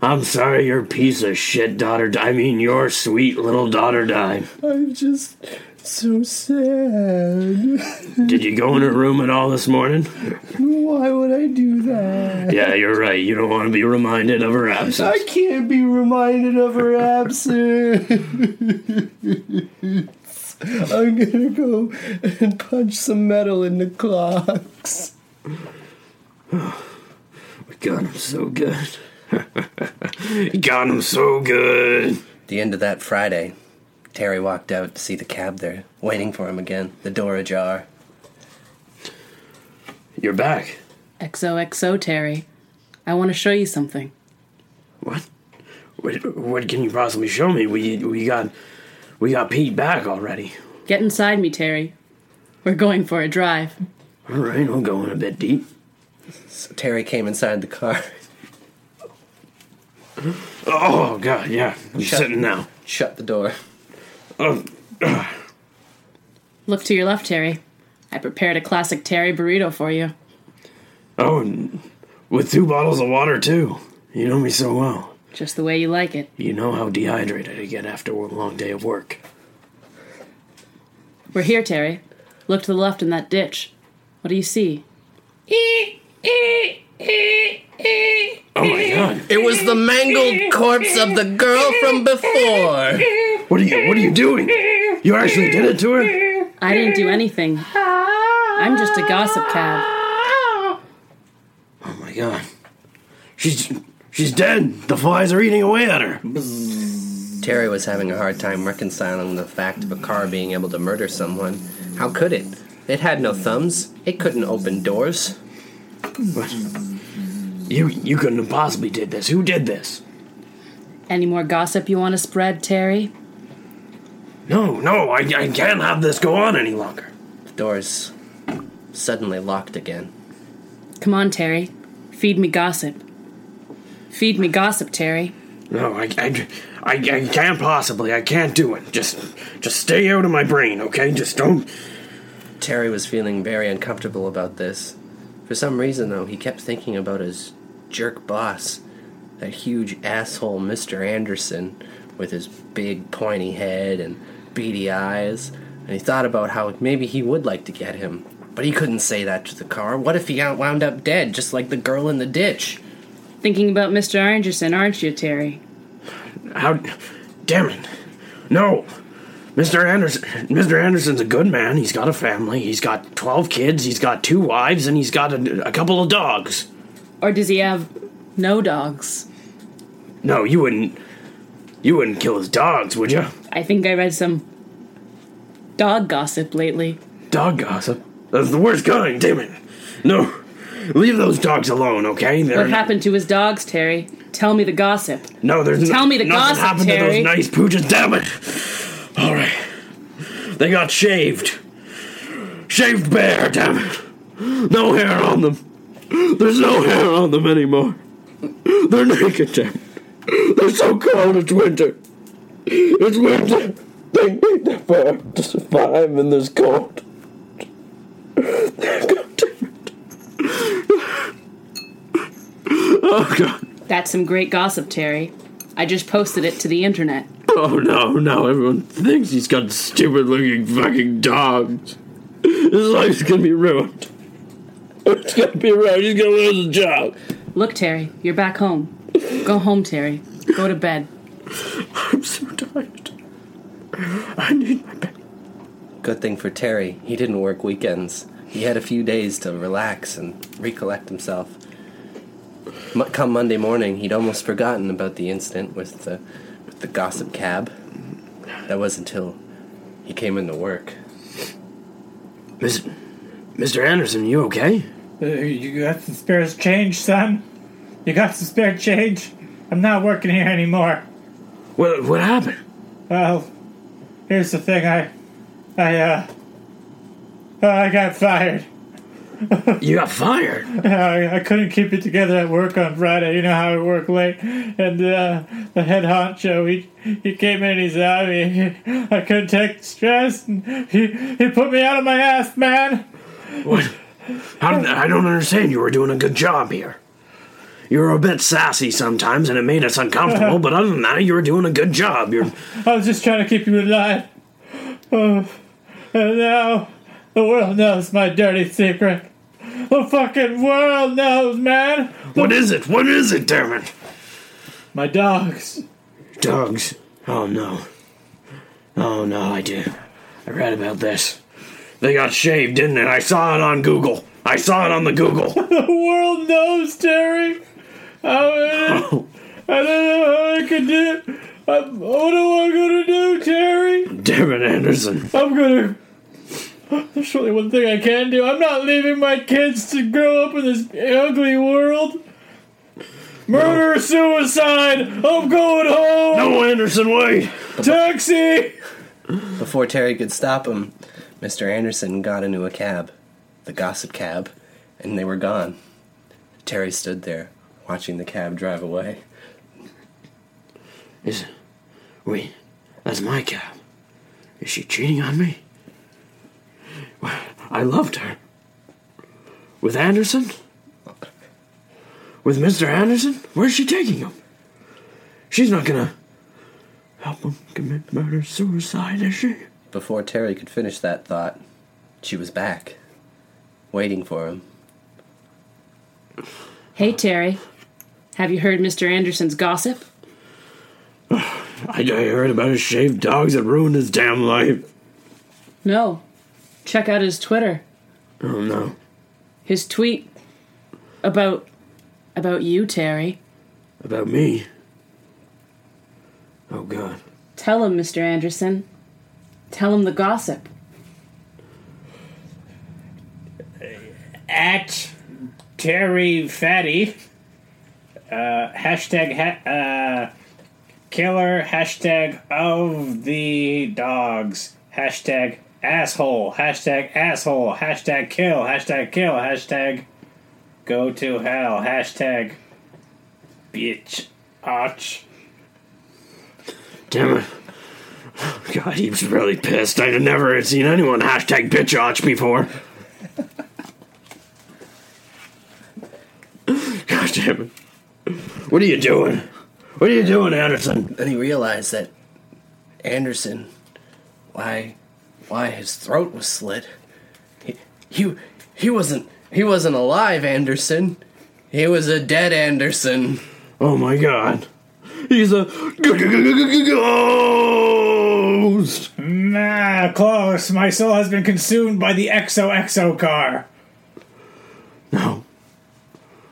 [SPEAKER 3] I'm sorry your piece of shit daughter. Di- I mean, your sweet little daughter died.
[SPEAKER 1] I'm just so sad.
[SPEAKER 3] Did you go in her room at all this morning?
[SPEAKER 1] Why would I do that?
[SPEAKER 3] Yeah, you're right. You don't want to be reminded of her absence.
[SPEAKER 1] can't be reminded of her absence. I'm gonna go and punch some metal in the clocks.
[SPEAKER 3] God, I'm so good. God, I'm so good.
[SPEAKER 1] The end of that Friday, Terry walked out to see the cab there, waiting for him again, the door ajar.
[SPEAKER 3] You're back.
[SPEAKER 4] XOXO, Terry. I want to show you something.
[SPEAKER 3] What? What, what can you possibly show me? We we got we got Pete back already.
[SPEAKER 4] Get inside me, Terry. We're going for a drive.
[SPEAKER 3] All right, I'll go in a bit deep.
[SPEAKER 1] So Terry came inside the car,
[SPEAKER 3] Oh God, yeah. I'm
[SPEAKER 1] Shut-
[SPEAKER 3] sitting now.
[SPEAKER 1] shut the door.
[SPEAKER 3] Oh,
[SPEAKER 4] Look to your left, Terry. I prepared a classic Terry burrito for you.
[SPEAKER 3] oh, and with two bottles of water too. You know me so well.
[SPEAKER 4] Just the way you like it.
[SPEAKER 3] You know how dehydrated I get after a long day of work.
[SPEAKER 4] We're here, Terry. Look to the left in that ditch. What do you see? Eek, eek, eek, eek.
[SPEAKER 3] Oh my God!
[SPEAKER 1] It was the mangled corpse of the girl from before.
[SPEAKER 3] What are you? What are you doing? You actually did it to her?
[SPEAKER 4] I didn't do anything. I'm just a gossip cab.
[SPEAKER 3] Oh my God! She's she's dead. The flies are eating away at her.
[SPEAKER 1] Terry was having a hard time reconciling the fact of a car being able to murder someone. How could it? It had no thumbs. It couldn't open doors.
[SPEAKER 3] What? You you couldn't have possibly did this. Who did this?
[SPEAKER 4] Any more gossip you want to spread, Terry?
[SPEAKER 3] No, no, I, I can't have this go on any longer.
[SPEAKER 1] The doors suddenly locked again.
[SPEAKER 4] Come on, Terry. Feed me gossip. Feed me gossip, Terry.
[SPEAKER 3] No, I, I, I, I can't possibly. I can't do it. Just, just stay out of my brain, okay? Just don't.
[SPEAKER 1] Terry was feeling very uncomfortable about this. For some reason, though, he kept thinking about his jerk boss, that huge asshole Mr. Anderson, with his big pointy head and beady eyes. And he thought about how maybe he would like to get him. But he couldn't say that to the car. What if he out- wound up dead, just like the girl in the ditch?
[SPEAKER 4] Thinking about Mr. Anderson, aren't you, Terry?
[SPEAKER 3] How? Damn it! No, Mr. Anderson. Mr. Anderson's a good man. He's got a family. He's got twelve kids. He's got two wives, and he's got a, a couple of dogs.
[SPEAKER 4] Or does he have no dogs?
[SPEAKER 3] No, you wouldn't. You wouldn't kill his dogs, would you?
[SPEAKER 4] I think I read some dog gossip lately.
[SPEAKER 3] Dog gossip. That's the worst kind. Damn it! No, leave those dogs alone, okay? They're
[SPEAKER 4] What happened to his dogs, Terry? Tell me the gossip.
[SPEAKER 3] No, there's
[SPEAKER 4] Tell
[SPEAKER 3] no,
[SPEAKER 4] me the
[SPEAKER 3] nothing
[SPEAKER 4] gossip,
[SPEAKER 3] happened
[SPEAKER 4] Terry.
[SPEAKER 3] to those nice pooches. Damn it! All right, they got shaved. Shaved bare. Damn it! No hair on them. There's no hair on them anymore. They're naked. Damn it. They're so cold. It's winter. It's winter. They need their fur to survive in this cold. God damn it. Oh God.
[SPEAKER 4] That's some great gossip, Terry. I just posted it to the internet.
[SPEAKER 3] Oh no, no, everyone thinks he's got stupid looking fucking dogs. His life's gonna be ruined. It's gonna be ruined, he's gonna lose his job.
[SPEAKER 4] Look, Terry, you're back home. Go home, Terry. Go to bed.
[SPEAKER 3] I'm so tired. I need my bed.
[SPEAKER 1] Good thing for Terry, he didn't work weekends. He had a few days to relax and recollect himself. Mo- Come Monday morning, he'd almost forgotten about the incident with the with the gossip cab. That was until he came into work.
[SPEAKER 3] Miss, Mr. Anderson, you okay?
[SPEAKER 7] Uh, you got some spare change, son? You got some spare change? I'm not working here anymore.
[SPEAKER 3] What, what happened?
[SPEAKER 7] Well, here's the thing. I, I, uh, I got fired.
[SPEAKER 3] You got fired.
[SPEAKER 7] I, I couldn't keep it together at work on Friday. You know how I work late. And uh, the head honcho, he he came in. He's out. He, I couldn't take the stress. And he he put me out of my ass, man.
[SPEAKER 3] What? How did, I don't understand. You were doing a good job here. You were a bit sassy sometimes, and it made us uncomfortable, but other than that, you were doing a good job. You're.
[SPEAKER 7] I was just trying to keep you alive. Oh, and now the world knows my dirty secret. The fucking world knows, man.
[SPEAKER 3] What is it? What is it, damn it?
[SPEAKER 7] My dogs.
[SPEAKER 3] Dogs. Oh no. Oh no, I did. I read about this. They got shaved, didn't it? I saw it on Google. I saw it on the Google.
[SPEAKER 7] The world knows, Terry. Oh, I don't know how I can do it. I'm, oh, what am I gonna do, Terry?
[SPEAKER 3] damn it, Anderson.
[SPEAKER 7] I'm gonna. There's only one thing I can do. I'm not leaving my kids to grow up in this ugly world. Murder, suicide. I'm going home.
[SPEAKER 3] No, Anderson, wait.
[SPEAKER 7] Taxi.
[SPEAKER 1] Before Terry could stop him, Mr. Anderson got into a cab, the gossip cab, and they were gone. Terry stood there, watching the cab drive away.
[SPEAKER 3] Is wait? That's my cab. Is she cheating on me? I loved her. With Anderson? With Mr. Anderson? Where's she taking him? She's not gonna help him commit murder suicide, is she?
[SPEAKER 1] Before Terry could finish that thought, she was back, waiting for him.
[SPEAKER 4] Hey, Terry. Have you heard Mr. Anderson's gossip?
[SPEAKER 3] I, I heard about his shaved dogs that ruined his damn life.
[SPEAKER 4] No. Check out his Twitter.
[SPEAKER 3] Oh no.
[SPEAKER 4] His tweet about about you, Terry.
[SPEAKER 3] About me. Oh god.
[SPEAKER 4] Tell him, Mr. Anderson. Tell him the gossip.
[SPEAKER 7] at Terry Fatty. Uh, hashtag ha- uh, killer. Hashtag of the dogs. Hashtag asshole. Hashtag asshole. Hashtag kill. Hashtag kill. Hashtag go to hell. Hashtag bitch. Arch.
[SPEAKER 3] Damn it. God, he was really pissed. I'd never had seen anyone hashtag bitchotch before. God damn it. What are you doing? What are you doing, Anderson?
[SPEAKER 1] Then he realized that Anderson, why, why his throat was slit. He, he, he wasn't, he wasn't alive, Anderson. He was a dead Anderson.
[SPEAKER 3] Oh my god. He's a ghost!
[SPEAKER 7] Nah, close. My soul has been consumed by the XOXO car.
[SPEAKER 3] No.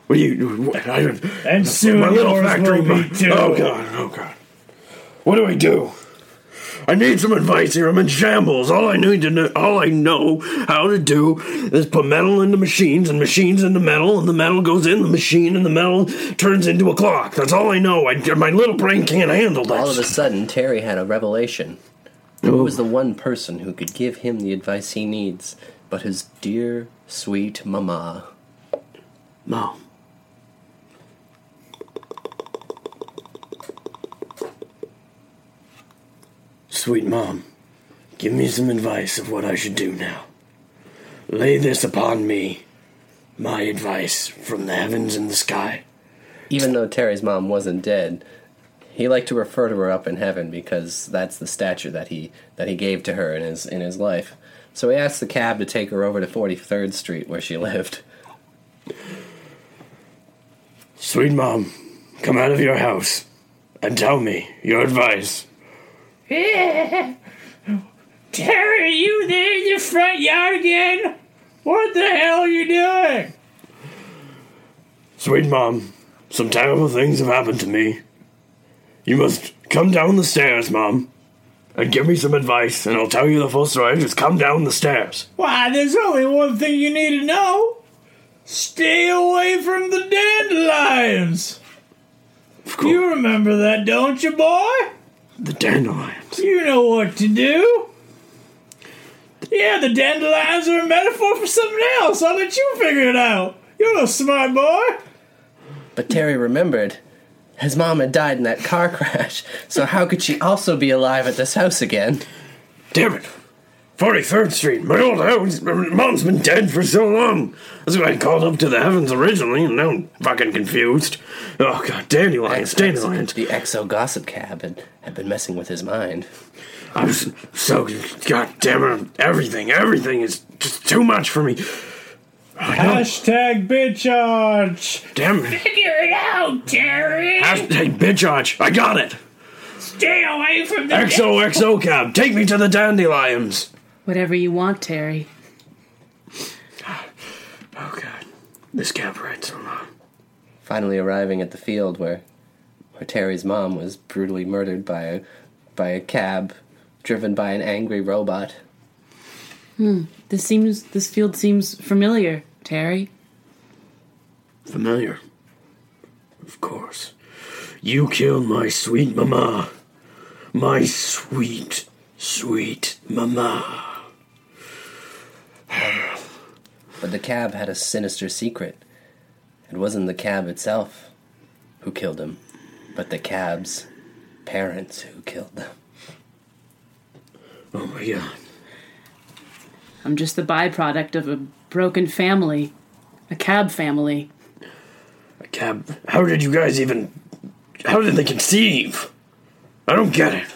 [SPEAKER 3] What are you. What, I don't.
[SPEAKER 7] And soon
[SPEAKER 3] my little
[SPEAKER 7] yours
[SPEAKER 3] factory Oh,
[SPEAKER 7] will be
[SPEAKER 3] mi-
[SPEAKER 7] too.
[SPEAKER 3] Oh god, oh god. What do I do? I need some advice here. I'm in shambles. All I need to know, all I know how to do is put metal into machines and machines into metal, and the metal goes in the machine, and the metal turns into a clock. That's all I know. I, my little brain can't handle this.
[SPEAKER 1] All of a sudden, Terry had a revelation. Who was the one person who could give him the advice he needs but his dear, sweet mama?
[SPEAKER 3] Mom. Sweet mom, give me some advice of what I should do now. Lay this upon me, my advice from the heavens and the sky.
[SPEAKER 1] Even though Terry's mom wasn't dead, he liked to refer to her up in heaven because that's the stature that he that he gave to her in his in his life. So he asked the cab to take her over to 43rd Street where she lived.
[SPEAKER 3] Sweet mom, come out of your house and tell me your advice.
[SPEAKER 2] Terry, are you there in your front yard again? What the hell are you doing?
[SPEAKER 3] Sweet mom, some terrible things have happened to me. You must come down the stairs, mom, and give me some advice, and I'll tell you the full story. Just come down the stairs.
[SPEAKER 2] Why, there's only one thing you need to know. Stay away from the dandelions. You remember that, don't you, boy?
[SPEAKER 3] The dandelions.
[SPEAKER 2] You know what to do. Yeah, the dandelions are a metaphor for something else. I'll let you figure it out. You're a smart boy.
[SPEAKER 1] But Terry remembered his mom had died in that car crash, so how could she also be alive at this house again?
[SPEAKER 3] Damn it! 43rd Street, my old house. My Mom's been dead for so long. That's why I called up to the heavens originally, and now I'm fucking confused. Oh god, dandelions, dandelions.
[SPEAKER 1] The exo gossip cab had, had been messing with his mind.
[SPEAKER 3] I'm s- so goddamn everything, everything is just too much for me. I know.
[SPEAKER 2] Hashtag bitch arch.
[SPEAKER 3] Damn it.
[SPEAKER 2] Figure it out, Terry.
[SPEAKER 3] Hashtag bitch arch. I got it.
[SPEAKER 2] Stay away from the
[SPEAKER 3] XOXO cab, take me to the dandelions.
[SPEAKER 4] Whatever you want, Terry.
[SPEAKER 3] Oh god, this cab rides so long.
[SPEAKER 1] Finally arriving at the field where, where Terry's mom was brutally murdered by a, by a cab driven by an angry robot.
[SPEAKER 4] This seems this field seems familiar, Terry.
[SPEAKER 3] Familiar. Of course. You killed my sweet mama. My sweet, sweet mama.
[SPEAKER 1] But the cab had a sinister secret. It wasn't the cab itself who killed him, but the cab's parents who killed them.
[SPEAKER 3] Oh my god.
[SPEAKER 4] I'm just the byproduct of a broken family, a cab family.
[SPEAKER 3] A cab. How did you guys even. How did they conceive? I don't get it.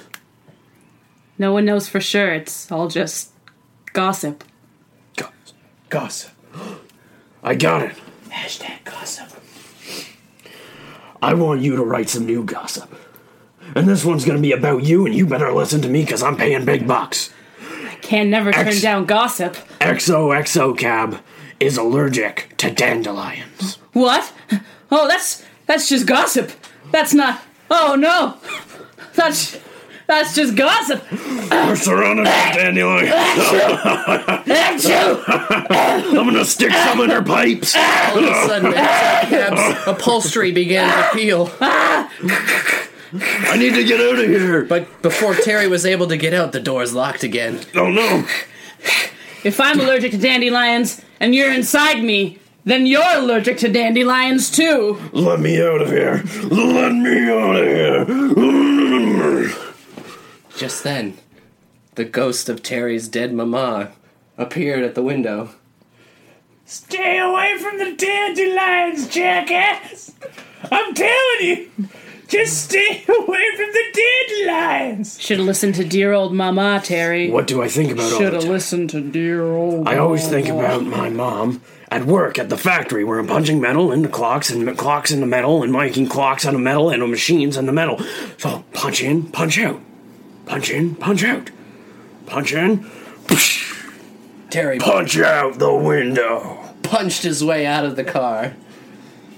[SPEAKER 4] No one knows for sure. It's all just gossip.
[SPEAKER 3] God.
[SPEAKER 2] gossip.
[SPEAKER 3] I got it.
[SPEAKER 2] Hashtag gossip.
[SPEAKER 3] I want you to write some new gossip. And this one's gonna be about you, and you better listen to me because I'm paying big bucks.
[SPEAKER 4] Can never turn
[SPEAKER 3] Ex-
[SPEAKER 4] down gossip.
[SPEAKER 3] XOXO cab is allergic to dandelions.
[SPEAKER 4] What? Oh, that's that's just gossip. That's not. Oh no, that's that's just gossip.
[SPEAKER 3] We're surrounded by dandelions.
[SPEAKER 4] Achoo!
[SPEAKER 3] I'm gonna stick some in her pipes.
[SPEAKER 1] All of a sudden, the cab's upholstery began to peel.
[SPEAKER 3] I need to get out of here.
[SPEAKER 1] But before Terry was able to get out, the doors locked again.
[SPEAKER 3] Oh no.
[SPEAKER 4] If I'm allergic to dandelions and you're inside me, then you're allergic to dandelions too.
[SPEAKER 3] Let me out of here. Let me out of here.
[SPEAKER 1] Just then, the ghost of Terry's dead mama appeared at the window.
[SPEAKER 2] Stay away from the dandelions, jackass! I'm telling you! Just stay away from the dandelions!
[SPEAKER 4] Should have listened to dear old Mama Terry.
[SPEAKER 3] What do I think about all
[SPEAKER 4] Should have
[SPEAKER 3] this?
[SPEAKER 4] listened to dear old.
[SPEAKER 3] I always think about my mom at work at the factory where I'm punching metal into clocks and clocks into metal and making clocks out of metal and machines into metal. So I'll punch in, punch out, punch in, punch out, punch in,
[SPEAKER 1] Terry
[SPEAKER 3] punch out the window.
[SPEAKER 1] punched his way out of the car.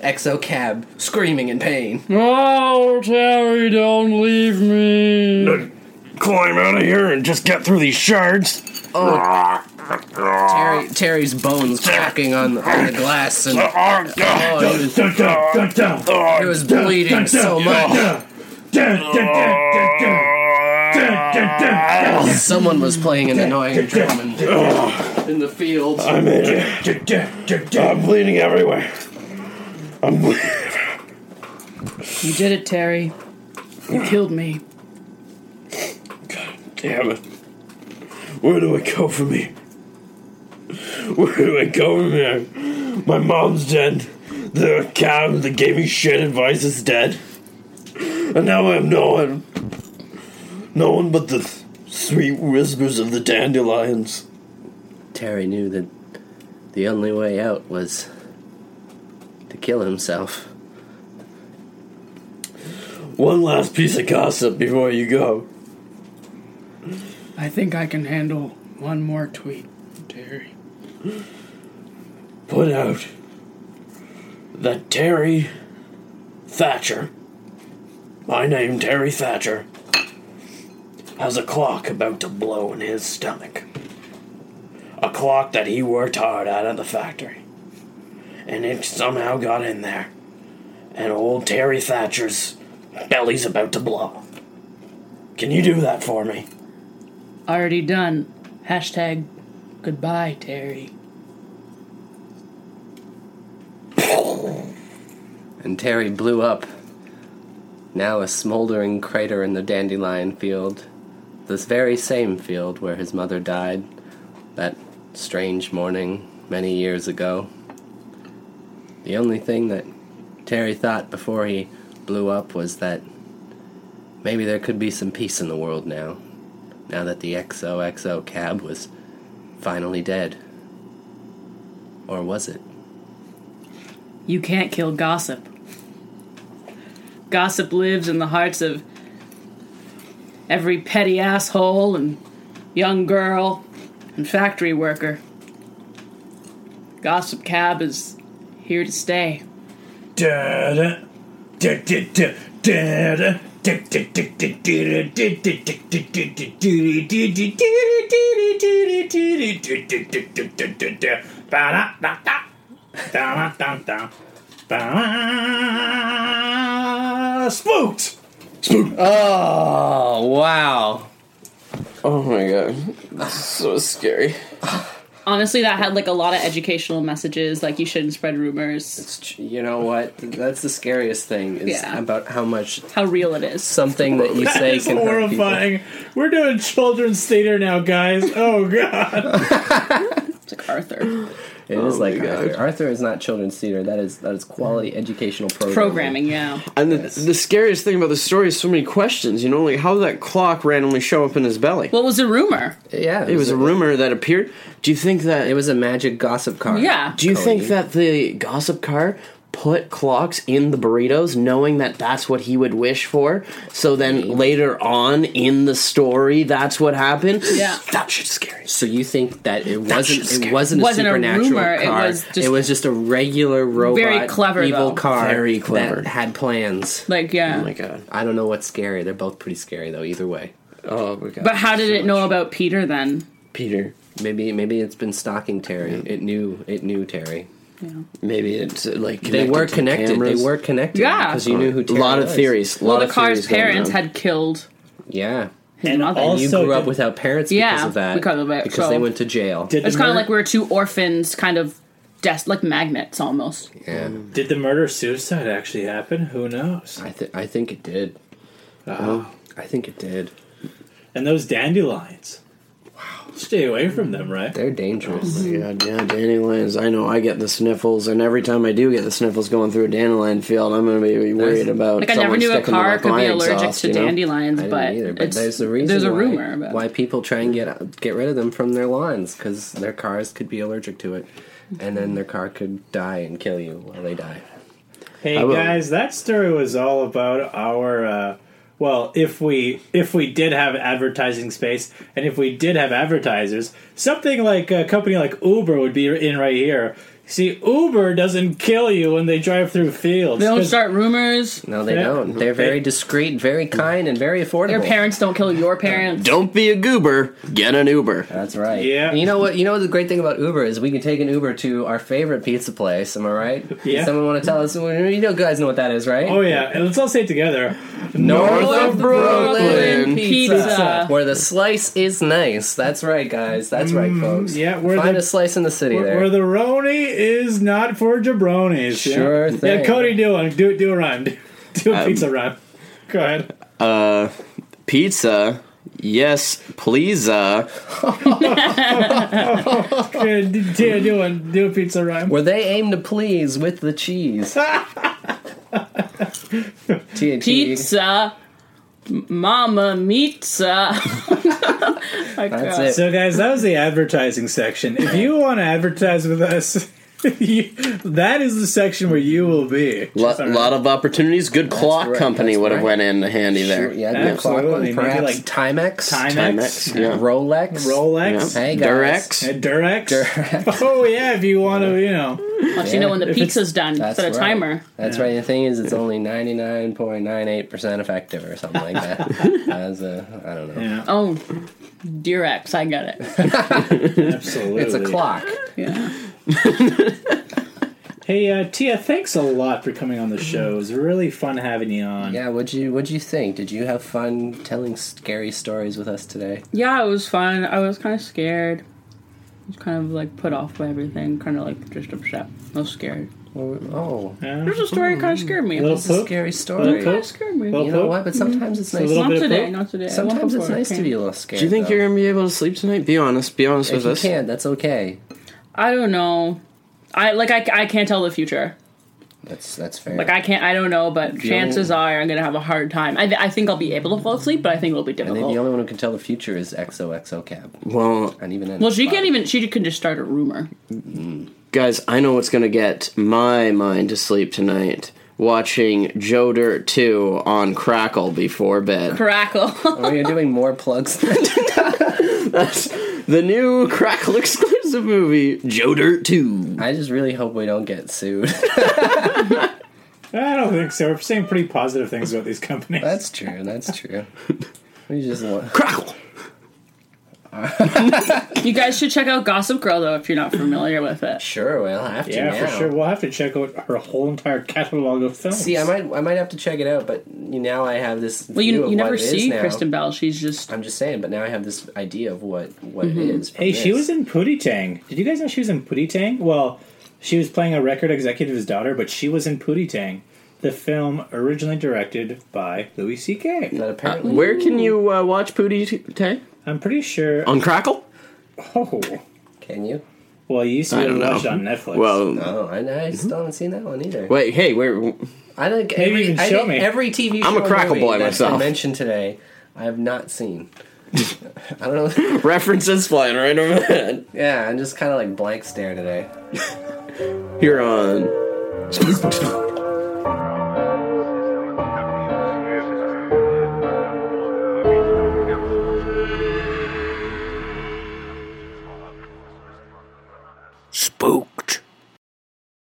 [SPEAKER 1] Exo cab, screaming in pain.
[SPEAKER 4] Oh, Terry, don't leave me.
[SPEAKER 3] The climb out of here and just get through these shards. Oh,
[SPEAKER 1] Terry, Terry's bones cracking on, on the glass, and oh, he was,
[SPEAKER 2] Dun, dun, dun, dun.
[SPEAKER 1] he was bleeding so much.
[SPEAKER 2] Dun, dun, dun, dun, dun. Dun, dun, dun,
[SPEAKER 1] Someone was playing an annoying drum in, in the field.
[SPEAKER 3] I'm in it.
[SPEAKER 2] dun, dun, dun, dun.
[SPEAKER 3] I'm bleeding everywhere. I'm bleeding.
[SPEAKER 4] You did it, Terry. You killed me.
[SPEAKER 3] Damn it. Where do I go from here? Where do I go from here? My mom's dead. The cab that gave me shit advice is dead. And now I have no one. No one but the sweet whispers of the dandelions.
[SPEAKER 1] Terry knew that the only way out was to kill himself.
[SPEAKER 3] One last piece of gossip before you go.
[SPEAKER 8] I think I can handle one more tweet, Terry.
[SPEAKER 3] put out that Terry Thatcher, my name Terry Thatcher, has a clock about to blow in his stomach. A clock that he worked hard at at the factory. And it somehow got in there. And old Terry Thatcher's belly's about to blow. Can you do that for me?
[SPEAKER 8] Already done. Hashtag goodbye, Terry.
[SPEAKER 1] And Terry blew up. Now a smoldering crater in the dandelion field. This very same field where his mother died that strange morning many years ago. The only thing that Terry thought before he blew up was that maybe there could be some peace in the world now. Now that the XOXO cab was finally dead. Or was it?
[SPEAKER 4] You can't kill gossip. Gossip lives in the hearts of every petty asshole and young girl and factory worker. Gossip Cab is here to stay.
[SPEAKER 2] Da-da. Da-da-da. Da-da. Ba-da-da-da. Da-da-da-da. Ba-da. Spooked!
[SPEAKER 1] Oh, wow.
[SPEAKER 5] Oh my god, That's so scary.
[SPEAKER 4] Honestly, that had like a lot of educational messages, like you shouldn't spread rumors,
[SPEAKER 1] It's- You know what? That's the scariest thing is
[SPEAKER 4] Yeah.
[SPEAKER 1] about how much
[SPEAKER 4] how real it is.
[SPEAKER 1] something that you say
[SPEAKER 2] It's
[SPEAKER 1] can hurt people.
[SPEAKER 2] horrifying. We're doing children's theater now, guys. Oh, God.
[SPEAKER 4] It's like Arthur.
[SPEAKER 1] It
[SPEAKER 5] Oh
[SPEAKER 1] is like Arthur. Arthur is not children's theater. That is that is quality educational programming.
[SPEAKER 4] Programming, yeah.
[SPEAKER 5] And the, the scariest thing about the story is so many questions. You know, like how did that clock randomly show up in his belly?
[SPEAKER 4] What was the rumor?
[SPEAKER 1] Yeah,
[SPEAKER 5] it was a rumor that appeared. Do you think that
[SPEAKER 1] It was a magic gossip card.
[SPEAKER 4] Yeah.
[SPEAKER 5] Do you
[SPEAKER 1] Cody.
[SPEAKER 5] think that the gossip car put clocks in the burritos knowing that that's what he would wish for? So then later on in the story, that's what happened?
[SPEAKER 4] Yeah.
[SPEAKER 5] That shit's scary.
[SPEAKER 1] So you think that it wasn't
[SPEAKER 5] shit's
[SPEAKER 1] it
[SPEAKER 5] scary.
[SPEAKER 1] wasn't a
[SPEAKER 4] Wasn't a
[SPEAKER 1] supernatural
[SPEAKER 4] rumor, it
[SPEAKER 1] card.
[SPEAKER 4] was just-
[SPEAKER 1] a regular robot,
[SPEAKER 4] Very clever,
[SPEAKER 1] evil
[SPEAKER 4] though.
[SPEAKER 1] car,
[SPEAKER 5] Very clever.
[SPEAKER 1] that had plans.
[SPEAKER 4] Like, yeah.
[SPEAKER 5] Oh my god.
[SPEAKER 1] I don't know what's scary. They're both pretty scary though. Either way,
[SPEAKER 5] Oh my god.
[SPEAKER 4] but how did it know about Peter then?
[SPEAKER 5] Peter.
[SPEAKER 1] maybe maybe it's been stalking Terry. It knew it knew Terry.
[SPEAKER 5] Maybe it's uh, like
[SPEAKER 1] They were
[SPEAKER 5] to the
[SPEAKER 1] connected. They
[SPEAKER 5] cameras.
[SPEAKER 1] were connected.
[SPEAKER 4] Yeah.
[SPEAKER 1] because you knew who.
[SPEAKER 5] a
[SPEAKER 1] Terry
[SPEAKER 5] lot of
[SPEAKER 1] was.
[SPEAKER 5] theories. A lot
[SPEAKER 4] Well, the
[SPEAKER 5] of theories
[SPEAKER 4] car's
[SPEAKER 5] going
[SPEAKER 4] parents
[SPEAKER 5] around.
[SPEAKER 4] had killed
[SPEAKER 1] Yeah.
[SPEAKER 4] his mother.
[SPEAKER 2] all-
[SPEAKER 1] You
[SPEAKER 2] So
[SPEAKER 1] grew up
[SPEAKER 2] did-
[SPEAKER 1] without parents
[SPEAKER 4] Yeah,
[SPEAKER 1] because of that.
[SPEAKER 4] because of it,
[SPEAKER 1] Because
[SPEAKER 4] so-
[SPEAKER 1] they went to jail.
[SPEAKER 2] Did the
[SPEAKER 4] it's kind of
[SPEAKER 2] murder-
[SPEAKER 4] like we were two orphans, kind of des- like magnets almost.
[SPEAKER 1] yeah.
[SPEAKER 2] Did the murder suicide actually happen? Who knows?
[SPEAKER 1] I think I think it did.
[SPEAKER 2] Oh.
[SPEAKER 1] I think it did.
[SPEAKER 2] And those dandelions. Wow. Stay away from them, right?
[SPEAKER 1] They're dangerous.
[SPEAKER 4] Mm-hmm.
[SPEAKER 5] God, yeah, dandelions. I know I get the sniffles, and every time I do get the sniffles going through a dandelion field, I'm gonna be worried about.
[SPEAKER 4] Like I never
[SPEAKER 5] someone
[SPEAKER 4] knew a
[SPEAKER 5] sticking them
[SPEAKER 4] car
[SPEAKER 5] up
[SPEAKER 4] could
[SPEAKER 5] my
[SPEAKER 4] be allergic
[SPEAKER 5] exhaust,
[SPEAKER 4] to
[SPEAKER 5] you know?
[SPEAKER 4] dandelions,
[SPEAKER 1] I didn't
[SPEAKER 4] but,
[SPEAKER 1] either, but
[SPEAKER 4] it's,
[SPEAKER 1] there's a reason
[SPEAKER 4] there's a
[SPEAKER 1] why,
[SPEAKER 4] rumor about
[SPEAKER 1] why
[SPEAKER 4] it.
[SPEAKER 1] people try and get get rid of them from their lawns because their cars could be allergic to it, and then their car could die and kill you while they die.
[SPEAKER 2] Hey
[SPEAKER 5] will-
[SPEAKER 2] guys, that story was all about our uh well, if we if we did have advertising space and if we did have advertisers, something like a company like Uber would be in right here. See, Uber doesn't kill you when they drive through fields.
[SPEAKER 4] They don't
[SPEAKER 2] 'Cause
[SPEAKER 4] start rumors.
[SPEAKER 1] No, they
[SPEAKER 2] Yeah.
[SPEAKER 1] don't. They're very discreet, very kind, and very affordable.
[SPEAKER 4] Your parents don't kill your parents.
[SPEAKER 5] Don't be a goober. Get an Uber.
[SPEAKER 1] That's right.
[SPEAKER 2] Yeah.
[SPEAKER 1] And you know what? You know what the great thing about Uber is we can take an Uber to our favorite pizza place. Am I right?
[SPEAKER 2] Yeah.
[SPEAKER 1] Someone want to tell us? well, You know, guys know what that is, right?
[SPEAKER 2] Oh yeah, and let's all say it together.
[SPEAKER 1] North of Brooklyn
[SPEAKER 5] Brooklyn
[SPEAKER 1] pizza.
[SPEAKER 4] pizza.
[SPEAKER 1] where the slice is nice. That's right, guys. That's right, folks.
[SPEAKER 2] Mm, yeah, where
[SPEAKER 1] find
[SPEAKER 2] the-
[SPEAKER 1] a slice in the city there.
[SPEAKER 2] Where the Roni is not for jabronis.
[SPEAKER 1] Sure Um,
[SPEAKER 2] yeah?
[SPEAKER 1] thing.
[SPEAKER 2] Yeah, Cody, do one. Do do a run. Do a pizza run. Go ahead.
[SPEAKER 5] Pizza. Yes, please. Uh,
[SPEAKER 2] Yeah, do, do- do one. Do a pizza run.
[SPEAKER 1] Where they aim to please with the cheese. TNT.
[SPEAKER 4] Pizza. M- Mama Mitza. My
[SPEAKER 1] That's
[SPEAKER 4] God.
[SPEAKER 1] it.
[SPEAKER 2] So guys, that was the advertising section. If you want to advertise with us. you- that is the section where you will be.
[SPEAKER 5] lot,
[SPEAKER 2] All right.
[SPEAKER 5] lot of opportunities. Good clock
[SPEAKER 1] right,
[SPEAKER 5] company
[SPEAKER 1] that's
[SPEAKER 5] would have
[SPEAKER 1] right.
[SPEAKER 5] went in handy there.
[SPEAKER 1] Sure, yeah, the clock
[SPEAKER 2] Absolutely.
[SPEAKER 1] one,
[SPEAKER 2] Maybe
[SPEAKER 1] perhaps
[SPEAKER 2] like
[SPEAKER 1] Timex,
[SPEAKER 2] Timex,
[SPEAKER 5] Timex. Yeah.
[SPEAKER 1] Rolex,
[SPEAKER 2] Rolex,
[SPEAKER 1] Hey guys,
[SPEAKER 5] Durex.
[SPEAKER 2] and Durex. Oh yeah, if you want to, you know.
[SPEAKER 4] Let you know when the
[SPEAKER 2] If it's-
[SPEAKER 4] pizza's done.
[SPEAKER 1] That's
[SPEAKER 4] Set a
[SPEAKER 1] right.
[SPEAKER 4] timer.
[SPEAKER 1] That's right. The thing is, it's only ninety nine point nine eight percent effective, or something like that. As a, I don't know.
[SPEAKER 2] Yeah,
[SPEAKER 4] Oh, Durex, I got it.
[SPEAKER 2] absolutely.
[SPEAKER 1] It's a clock.
[SPEAKER 4] Yeah.
[SPEAKER 2] Hey uh, Tia, thanks a lot for coming on the show. It was really fun having you on.
[SPEAKER 1] Yeah. What'd you What'd you think? Did you have fun telling scary stories with us today?
[SPEAKER 4] Yeah, it was fun. I was kind of scared. I was kind of like put off by everything. Kind of like just upset. I was scared.
[SPEAKER 1] Or- Oh,
[SPEAKER 2] Yeah.
[SPEAKER 4] There's a story that kind of scared me.
[SPEAKER 2] Little
[SPEAKER 4] It
[SPEAKER 2] poop,
[SPEAKER 1] scary story.
[SPEAKER 2] Little
[SPEAKER 4] kind of scared me.
[SPEAKER 2] Little Mm-hmm.
[SPEAKER 1] You know what? But sometimes it's nice.
[SPEAKER 2] little
[SPEAKER 4] Not
[SPEAKER 2] bit of
[SPEAKER 4] today.
[SPEAKER 2] poop.
[SPEAKER 4] Not today. I went
[SPEAKER 1] Sometimes it's
[SPEAKER 4] before,
[SPEAKER 1] nice
[SPEAKER 4] okay.
[SPEAKER 1] to be a little scared.
[SPEAKER 5] Do you think
[SPEAKER 1] though.
[SPEAKER 5] you're gonna be able to sleep tonight? Be honest. Be honest
[SPEAKER 1] If
[SPEAKER 5] with
[SPEAKER 1] you
[SPEAKER 5] us.
[SPEAKER 1] can't, that's okay.
[SPEAKER 4] I don't know. I like I, I can't tell the future.
[SPEAKER 1] That's that's fair.
[SPEAKER 4] Like I can't. I don't know. But chances are I'm gonna have a hard time. I, I think I'll be able to fall asleep, but I think it'll be
[SPEAKER 1] I think
[SPEAKER 4] difficult.
[SPEAKER 1] the only one who can tell the future is XOXO Cab,
[SPEAKER 5] Well,
[SPEAKER 1] and even then,
[SPEAKER 4] well,
[SPEAKER 1] it's
[SPEAKER 4] she
[SPEAKER 1] fine.
[SPEAKER 4] can't even. She can just start a rumor.
[SPEAKER 5] guys, I know what's gonna get my mind to sleep tonight. Watching Joe Dirt 2 on Crackle before bed.
[SPEAKER 4] Crackle.
[SPEAKER 1] Oh, you're doing more plugs. than-
[SPEAKER 5] the new Crackle exclusive movie, Joe Dirt 2.
[SPEAKER 1] I just really hope we don't get sued.
[SPEAKER 2] I don't think so. We're saying pretty positive things about these companies.
[SPEAKER 1] that's true. That's true. We just want.
[SPEAKER 5] Crackle!
[SPEAKER 4] you guys should check out Gossip Girl though if you're not familiar with it.
[SPEAKER 1] Sure, we'll have to.
[SPEAKER 2] yeah,
[SPEAKER 1] now.
[SPEAKER 2] for sure. We'll have to check out her whole entire catalog of films.
[SPEAKER 1] See, I might, I might have to check it out, but now I have this.
[SPEAKER 4] Well,
[SPEAKER 1] view
[SPEAKER 4] you
[SPEAKER 1] of
[SPEAKER 4] you never
[SPEAKER 1] what it is
[SPEAKER 4] see
[SPEAKER 1] now.
[SPEAKER 4] Kristen Bell. She's just
[SPEAKER 1] I'm just saying, but now I have this idea of what what it
[SPEAKER 4] Mm-hmm.
[SPEAKER 1] is. from
[SPEAKER 2] Hey, she
[SPEAKER 1] this.
[SPEAKER 2] was in Pootie Tang. Did you guys know she was in Pootie Tang? Well, she was playing a record executive's daughter, but she was in Pootie Tang, the film originally directed by Louis C.K.
[SPEAKER 1] But apparently,
[SPEAKER 5] Where can you uh, watch Pootie t- Tay?
[SPEAKER 2] I'm pretty sure.
[SPEAKER 5] On Crackle?
[SPEAKER 2] Oh,
[SPEAKER 1] can you?
[SPEAKER 2] well, you used to
[SPEAKER 5] I
[SPEAKER 2] be able
[SPEAKER 5] don't
[SPEAKER 2] to
[SPEAKER 5] know.
[SPEAKER 2] watch it on Netflix.
[SPEAKER 5] Well,
[SPEAKER 1] Oh, I, I still haven't seen that one either.
[SPEAKER 5] wait, hey, where?
[SPEAKER 1] I think
[SPEAKER 2] Mm-hmm. Maybe
[SPEAKER 1] every,
[SPEAKER 2] you can
[SPEAKER 1] I
[SPEAKER 2] show
[SPEAKER 1] think
[SPEAKER 2] me.
[SPEAKER 1] every TV show
[SPEAKER 5] I'm a crackle
[SPEAKER 1] movie
[SPEAKER 5] boy
[SPEAKER 1] that's
[SPEAKER 5] myself.
[SPEAKER 1] been mentioned today, I have not seen. I don't know.
[SPEAKER 5] References flying right over my head.
[SPEAKER 1] Yeah, I'm just kind of like blank stare today.
[SPEAKER 5] Here on Spook Spook Spook.